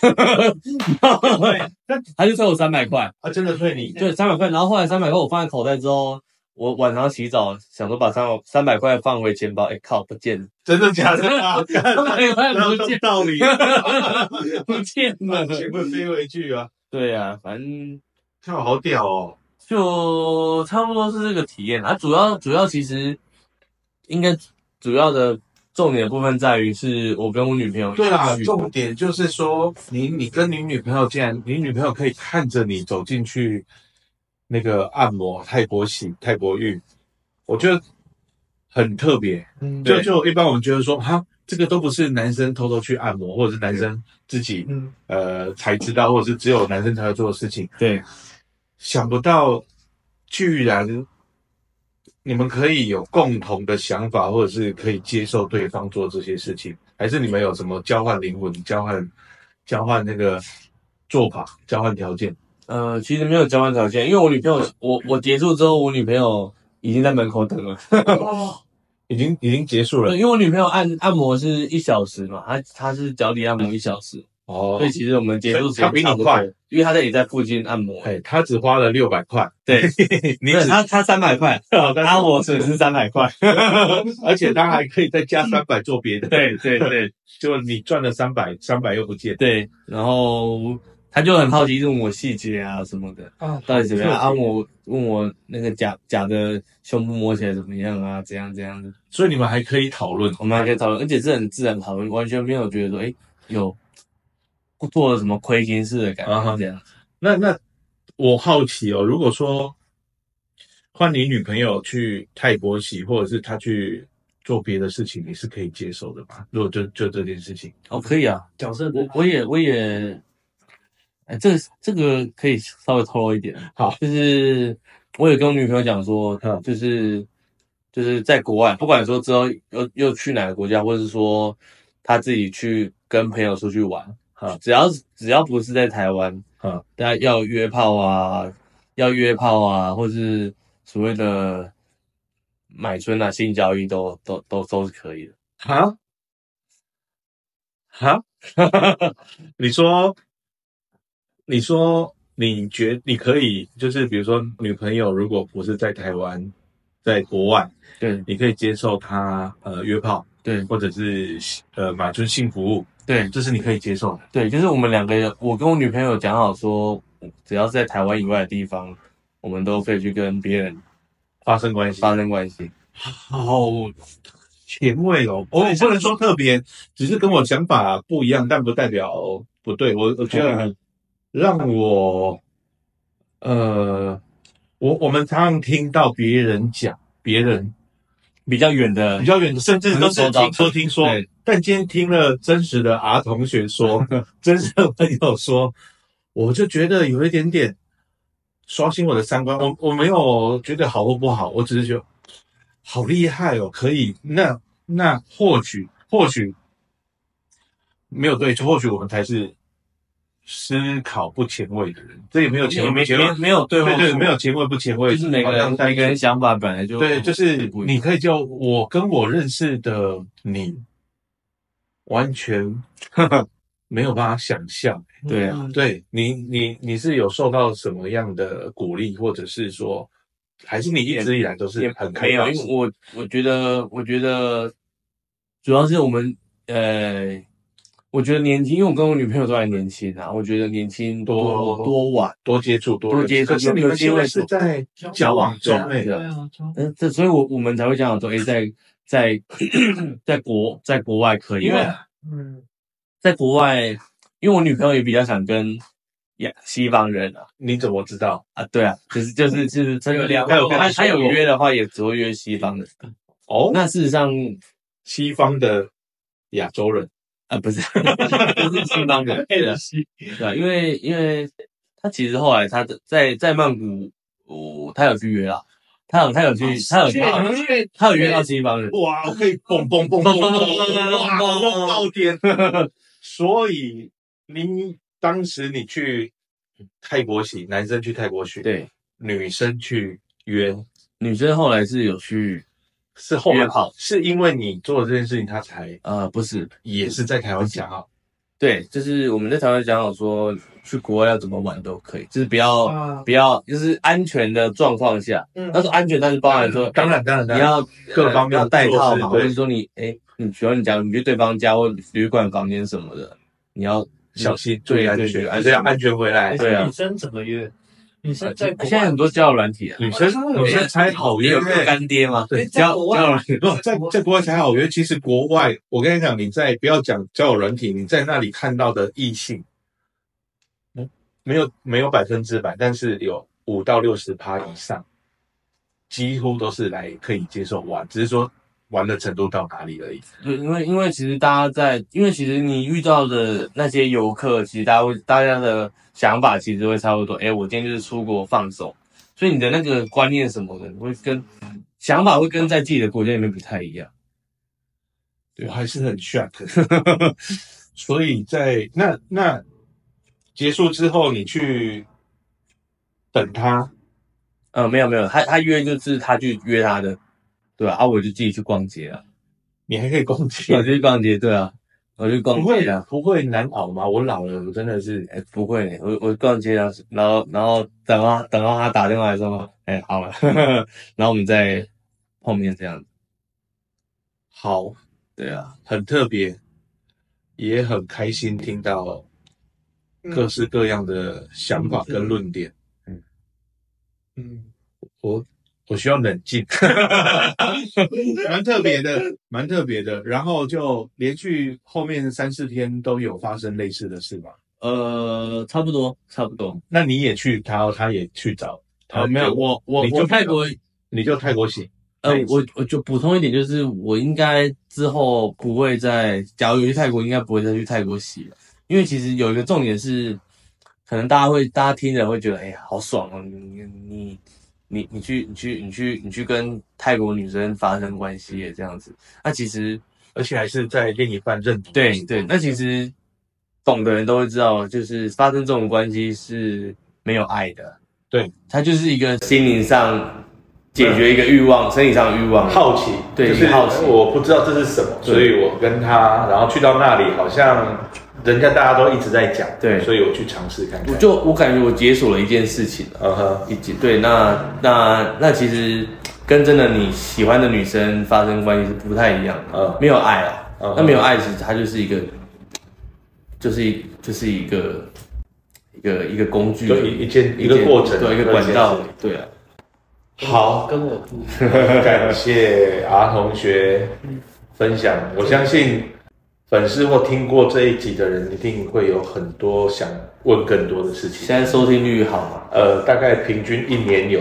Speaker 1: 然后 他就退我三百块，
Speaker 3: 啊，真的退你，
Speaker 1: 对，三百块。然后后来三百块我放在口袋之后，我晚上洗澡想说把三三百块放回钱包，哎、靠，不 见了，
Speaker 3: 真的 假的啊？
Speaker 1: 三百块
Speaker 3: 然后
Speaker 1: 不
Speaker 3: 懂
Speaker 1: 见
Speaker 3: 道理，
Speaker 1: 不见
Speaker 3: 把
Speaker 1: 了。
Speaker 3: 钱会飞回去啊！
Speaker 1: 对啊，反正
Speaker 3: 跳好屌哦，
Speaker 1: 就差不多是这个体验啊。主要主要其实应该主要的重点部分在于是我跟我女朋友
Speaker 3: 对啦，
Speaker 1: 去
Speaker 3: 重点就是说，你你跟你女朋友竟然，你女朋友可以看着你走进去那个按摩泰国洗泰国浴，我觉得很特别。
Speaker 2: 嗯，
Speaker 3: 就
Speaker 2: 对，
Speaker 3: 就一般我们觉得说，哈，这个都不是男生偷偷去按摩，或者是男生自己
Speaker 2: 嗯，
Speaker 3: 呃才知道，或者是只有男生才会做的事情。
Speaker 1: 对，
Speaker 3: 想不到居然你们可以有共同的想法，或者是可以接受对方做这些事情，还是你们有什么交换灵魂、交换交换那个做法、交换条件？
Speaker 1: 呃，其实没有交换条件，因为我女朋友我我结束之后，我女朋友已经在门口等了。
Speaker 3: 已经已经结束了
Speaker 1: 哦对，因为我女朋友按按摩是一小时嘛，她她是脚底按摩一小时，
Speaker 3: 哦
Speaker 1: 所以其实我们结束时间
Speaker 3: 她比你
Speaker 1: 差不多
Speaker 3: 快，
Speaker 1: 因为她在也在附近按摩。
Speaker 3: 哎，他只花了六百块，
Speaker 1: 对，
Speaker 3: 你
Speaker 1: 对
Speaker 3: 只
Speaker 1: 她她三百块，她我损失三百块。
Speaker 3: 而且他还可以再加三百做别的，
Speaker 1: 对对对
Speaker 3: 就你赚了三百，三百又不 见，
Speaker 1: 对，然后她就很好奇问我细节啊什么的，
Speaker 2: 啊，
Speaker 1: 到底怎么样？
Speaker 2: 好
Speaker 1: 啊，
Speaker 2: 特别
Speaker 1: 我问我那个假假的胸部摸起来怎么样啊？怎样怎样的？
Speaker 3: 所以你们还可以讨论。
Speaker 1: 我们还可以讨论，而且是很自然讨论，完全没有觉得说，哎，有做了什么亏心事的感
Speaker 3: 啊哈
Speaker 1: 觉这样。
Speaker 3: 那那我好奇哦，如果说换你女朋友去泰国洗，或者是她去做别的事情，你是可以接受的吗？如果就就这件事情，
Speaker 1: 哦，可以啊，
Speaker 5: 角色
Speaker 1: 我我也我也，哎，这个这个可以稍微透露一点。
Speaker 3: 好，
Speaker 1: 就是我有跟我女朋友讲说
Speaker 3: 嗯，
Speaker 1: 就是就是在国外，不管说之后又又去哪个国家，或者是说她自己去跟朋友出去玩
Speaker 3: 嗯，
Speaker 1: 只要只要不是在台湾
Speaker 3: 嗯，
Speaker 1: 大家要约炮啊，要约炮啊，或是所谓的买春啊、性交易都都都都是可以的。
Speaker 3: 哈哈， 你说你说你觉你可以，就是比如说女朋友如果不是在台湾，在国外，
Speaker 1: 对
Speaker 3: 你可以接受她呃约炮，
Speaker 1: 对
Speaker 3: 或者是呃买春性服务，
Speaker 1: 对，
Speaker 3: 这是你可以接受的。
Speaker 1: 对，就是我们两个人，我跟我女朋友讲好说，只要是在台湾以外的地方，我们都可以去跟别人
Speaker 3: 发生关系，
Speaker 1: 发生关系。
Speaker 3: 好前卫哦！我我不能说特别，只是跟我想法不一样，但不代表不对。我我觉得让我呃，我我们常常听到别人讲别人
Speaker 1: 比较远的
Speaker 3: 比，较远，甚至都是
Speaker 1: 很多
Speaker 3: 听说听说
Speaker 1: 对，
Speaker 3: 但今天听了真实的 R 同 学说，真实的朋友说，我就觉得有一点点刷新我的三观。我我没有觉得好或不好，我只是觉得好厉害哦，可以。那那或许或许没有对错，或许我们才是思考不前卫的人。这也没有前卫不
Speaker 1: 没
Speaker 3: 前
Speaker 1: 没
Speaker 3: 卫，
Speaker 1: 没有对
Speaker 3: 对
Speaker 1: 或
Speaker 3: 对，
Speaker 1: 错
Speaker 3: 没有前卫不前卫，
Speaker 1: 就是每个人
Speaker 3: 好像
Speaker 1: 每个人想法本来就
Speaker 3: 对，就是
Speaker 1: 不一 样
Speaker 3: 你可以叫我跟我认识的你，完全没有办法想象。
Speaker 1: 对啊，
Speaker 5: 嗯
Speaker 3: 对你，你你是有受到什么样的鼓励，或者是说，还是你一直以来都是
Speaker 1: 也
Speaker 3: 很开
Speaker 1: 没有，
Speaker 3: 放
Speaker 1: 因？为我我觉得，我觉得主要是我们呃，我觉得年轻，因为我跟我女朋友都还年轻啊，我觉得年轻
Speaker 3: 多
Speaker 1: 多多晚，
Speaker 3: 多接触，多
Speaker 1: 多
Speaker 3: 认识
Speaker 1: 接触
Speaker 3: 可是你
Speaker 1: 有
Speaker 3: 们
Speaker 1: 机
Speaker 3: 现
Speaker 1: 会
Speaker 3: 在是
Speaker 1: 做
Speaker 3: 在交往中哎
Speaker 1: 对啊对，
Speaker 3: 诶
Speaker 5: 对啊，就
Speaker 1: 嗯，这所以我我们才会讲说，诶、哎在在 在国在国外可以，因为
Speaker 2: 嗯，
Speaker 1: 在国外，因为我女朋友也比较想跟亚西方人啊
Speaker 3: 你怎么知道？
Speaker 1: 啊，对啊，就是就是就是真的
Speaker 5: 有聊
Speaker 1: 她有
Speaker 5: 过
Speaker 1: 她她有
Speaker 5: 有
Speaker 1: 约的话，也只会约西方的。
Speaker 3: 哦，
Speaker 1: 那事实上
Speaker 3: 西方的亚洲人，
Speaker 1: 啊，不是 不是西方人，对啊，对啊，因为因为她其实后来她的在在曼谷，哦，她有去约啊，她有她有去她有她有
Speaker 5: 确
Speaker 1: 她有约到西方人，
Speaker 3: 哇，我可以蹦蹦蹦蹦蹦蹦蹦，哇，蹦到天！所以您当时你去泰国洗，男生去泰国洗，，
Speaker 1: 对，
Speaker 3: 女生去约，
Speaker 1: 女生后来是有去，
Speaker 3: 是后
Speaker 1: 约
Speaker 3: 面
Speaker 1: 炮
Speaker 3: 是因为你做了这件事情，他才
Speaker 1: 呃，不是，
Speaker 3: 也是在台湾讲啊，
Speaker 1: 对，就是我们在台湾讲好说，去国外要怎么玩都可以，就是不要、
Speaker 5: 啊
Speaker 1: 不要，就是安全的状况下。
Speaker 5: 嗯
Speaker 3: 啊
Speaker 1: 那时候安全，但是包含说，
Speaker 3: 当然当然，当
Speaker 1: 你
Speaker 3: 然
Speaker 1: 要
Speaker 3: 各方面
Speaker 1: 要带套嘛，
Speaker 3: 措
Speaker 1: 或
Speaker 3: 施对
Speaker 1: 者说你哎、你比如你讲你去对方家或旅馆房间什么的，你要
Speaker 3: 小心注
Speaker 1: 对
Speaker 3: 意安
Speaker 1: 对
Speaker 3: 全，
Speaker 1: 对
Speaker 3: 还是要安全回来。
Speaker 1: 对啊
Speaker 5: 哎女生怎么约？女生在国
Speaker 1: 现在
Speaker 5: 外
Speaker 1: 很多交友软体啊，
Speaker 3: 女生女生才好
Speaker 1: 你
Speaker 3: 约
Speaker 1: 有没有，干爹吗？
Speaker 5: 对在
Speaker 1: 交
Speaker 5: 国外
Speaker 1: 交友软体
Speaker 3: 不在在国外才好约。其实国外，我跟你讲，你在不要讲交友软体，你在那里看到的异性，嗯没有没有百分之百，但是有五到六十趴以上，几乎都是来可以接受玩，只是说玩的程度到哪里而已。
Speaker 1: 对，因为因为其实大家在，因为其实你遇到的那些游客，其实大家会大家的想法其实会差不多。哎，我今天就是出国放松，所以你的那个观念什么的，会跟想法会跟在自己的国家里面不太一样。
Speaker 3: 我还是很 shock。所以在那那结束之后，你去等他，
Speaker 1: 呃，没有没有，他他约就是他去约他的，对吧、啊？我就自己去逛街啊，
Speaker 3: 你还可以攻击
Speaker 1: 我就去逛街，对啊，我就去逛
Speaker 3: 不
Speaker 1: 街
Speaker 3: 会
Speaker 1: 啊。
Speaker 3: 不会难熬吗？我老了，我真的是
Speaker 1: 哎，不会嘞，我我逛街啊，然后然后等到等到他打电话来说，哎，好了， 然后我们再碰面这样子。
Speaker 3: 好
Speaker 1: 对啊。
Speaker 3: 很特别，也很开心听到
Speaker 1: 嗯
Speaker 3: 各式各样的想法跟论点。
Speaker 5: 嗯，
Speaker 3: 我我需要冷静， 蛮特别的，蛮特别的。然后就连续后面三四天都有发生类似的事吧？
Speaker 1: 呃，差不多，差不多。
Speaker 3: 那你也去，他他也去找他，
Speaker 1: 呃，没有，我我
Speaker 3: 你就
Speaker 1: 我泰国，
Speaker 3: 你就泰国行，
Speaker 1: 呃
Speaker 3: 那一，次
Speaker 1: 我我就补充一点，就是我应该之后不会再，假如有去泰国，应该不会再去泰国洗了，因为其实有一个重点是，可能大家会，大家听着会觉得，哎呀，好爽哦，你你你你你去你去你去你去跟泰国女生发生关系耶，这样子。那其实
Speaker 3: 而且还是在另一半认同。
Speaker 1: 对对，那其实懂的人都会知道，就是发生这种关系是没有爱的。
Speaker 3: 对，
Speaker 1: 它就是一个心灵上解决一个欲望，身体上的欲望。
Speaker 3: 哦好奇，
Speaker 1: 对
Speaker 3: 就是
Speaker 1: 好奇
Speaker 3: 我不知道这是什么，
Speaker 1: 对
Speaker 3: 所以我跟他，然后去到那里，好像人家大家都一直在讲，
Speaker 1: 对
Speaker 3: 所以我去尝试看看。
Speaker 1: 我就我感觉我解锁了一件事情啊，
Speaker 3: 嗯哼，
Speaker 1: 一解对，那那那其实跟真的你喜欢的女生发生关系是不太一样的，
Speaker 3: 嗯
Speaker 1: 没有爱啊，
Speaker 3: 嗯
Speaker 1: 那没有爱其实它就是一个，就是一就是一个一个一个工具
Speaker 3: 就
Speaker 1: 而已，
Speaker 3: 一一件一个过程，
Speaker 1: 对，一个管道，对啊。
Speaker 3: 好，
Speaker 5: 跟我不一样。
Speaker 3: 感谢 R 同学分享，
Speaker 1: 嗯
Speaker 3: 我相信粉丝或听过这一集的人，一定会有很多想问更多的事情。
Speaker 1: 现在收听率好吗？
Speaker 3: 呃，大概平均一年有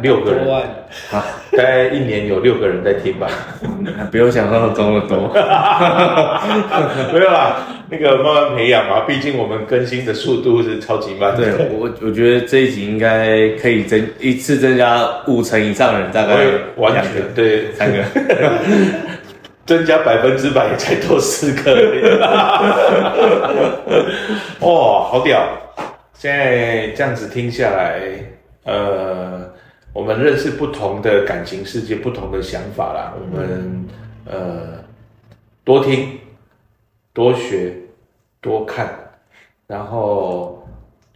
Speaker 3: 六个
Speaker 5: 两百
Speaker 3: 人
Speaker 5: 多，万，
Speaker 1: 啊
Speaker 3: 大概一年有六个人在听吧。
Speaker 1: 比我想象中的 多。
Speaker 3: 没有啦，那个慢慢培养嘛，毕竟我们更新的速度是超级慢的。
Speaker 1: 对我，我觉得这一集应该可以增一次增加五成以上的人，大概
Speaker 3: 我完
Speaker 1: 两个
Speaker 3: 全对
Speaker 1: 三个。
Speaker 3: 增加百分之百也才多四个 而已。哦，好屌！现在这样子听下来，呃，我们认识不同的感情世界，不同的想法啦。我们呃，多听、多学、多看，然后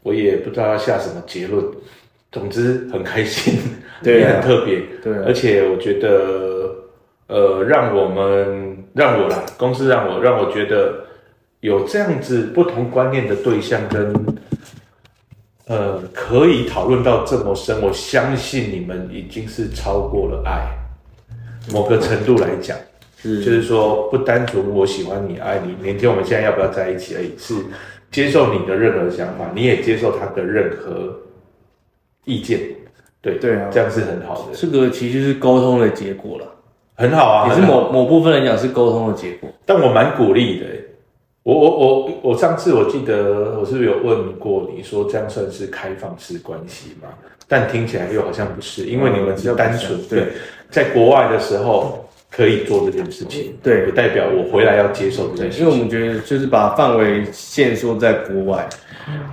Speaker 3: 我也不知道要下什么结论。总之很开心，
Speaker 1: 对啊
Speaker 3: 也很特别，
Speaker 1: 对啊
Speaker 3: 而且我觉得，呃，让我们让我啦，公司让我让我觉得有这样子不同观念的对象跟，呃，可以讨论到这么深，我相信你们已经是超过了爱某个程度来讲。
Speaker 1: 是
Speaker 3: 就是说，不单纯我喜欢你、爱你，明天我们现在要不要在一起而已，是接受你的任何想法，你也接受他的任何意见，对
Speaker 1: 对啊
Speaker 3: 这样是很好的，
Speaker 1: 这个其实就是沟通的结果了，
Speaker 3: 很好啊。
Speaker 1: 也是
Speaker 3: 很好
Speaker 1: 某某部分来讲是沟通的结果。
Speaker 3: 但我蛮鼓励的欸。我我我我上次我记得我是不是有问过你说这样算是开放式关系吗？但听起来又好像不是，因为你们是单纯
Speaker 1: 对
Speaker 3: 对，在国外的时候可以做这件事情，
Speaker 1: 对
Speaker 3: 不代表我回来要接受这件事
Speaker 1: 因为我
Speaker 3: 情。
Speaker 1: 们觉得就是把范围限缩在国外。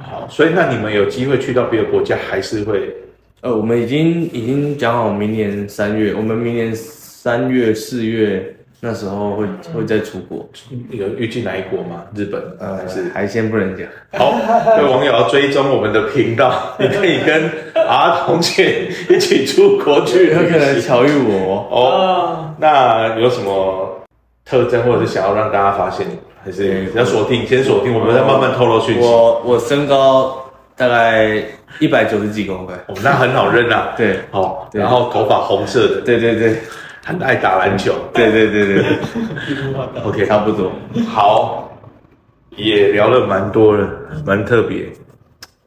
Speaker 3: 好，所以那你们有机会去到别的国家，还是会
Speaker 1: 呃，我们已经已经讲好，明年三月，我们明年三月四月那时候会会再出国。
Speaker 3: 有预计哪一国吗？日本还
Speaker 1: 呃，
Speaker 3: 是？
Speaker 1: 还先不 能讲。
Speaker 3: 好，各位网友要追踪我们的频 道，你可以跟阿童姐一起出国去
Speaker 1: 有可
Speaker 3: 旅
Speaker 1: 能
Speaker 3: 行。
Speaker 1: 巧遇我哦，
Speaker 3: 哦，那有什么特征，或者是想要让大家发现，还是要锁定？先锁定，我们再慢慢透露讯息。哦，
Speaker 1: 我我身高大概一百九十几公分，
Speaker 3: 哦那很好认啊。
Speaker 1: 对
Speaker 3: 哦，
Speaker 1: 对
Speaker 3: 然后头发红色的，
Speaker 1: 对对对
Speaker 3: 很爱打篮球。
Speaker 1: 对对对对 对，
Speaker 3: OK，
Speaker 1: 差不多。
Speaker 3: 好，也聊了蛮多了，蛮特别。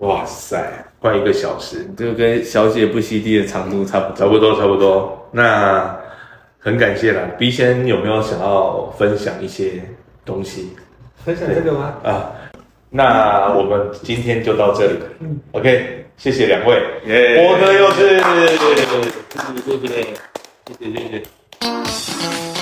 Speaker 3: 哇塞，快一个小时，
Speaker 1: 就跟小姐不吸地的长度差不
Speaker 3: 差
Speaker 1: 多。
Speaker 3: 不多，差不多。那很感谢啦，B 先有没有想要分享一些东西？
Speaker 2: 分享这个吗？
Speaker 3: 啊，那我们今天就到这里。OK，谢谢两位，
Speaker 1: 耶
Speaker 3: 波哥又
Speaker 2: 谢谢
Speaker 3: 是。
Speaker 2: 谢谢。
Speaker 3: 谢谢谢谢。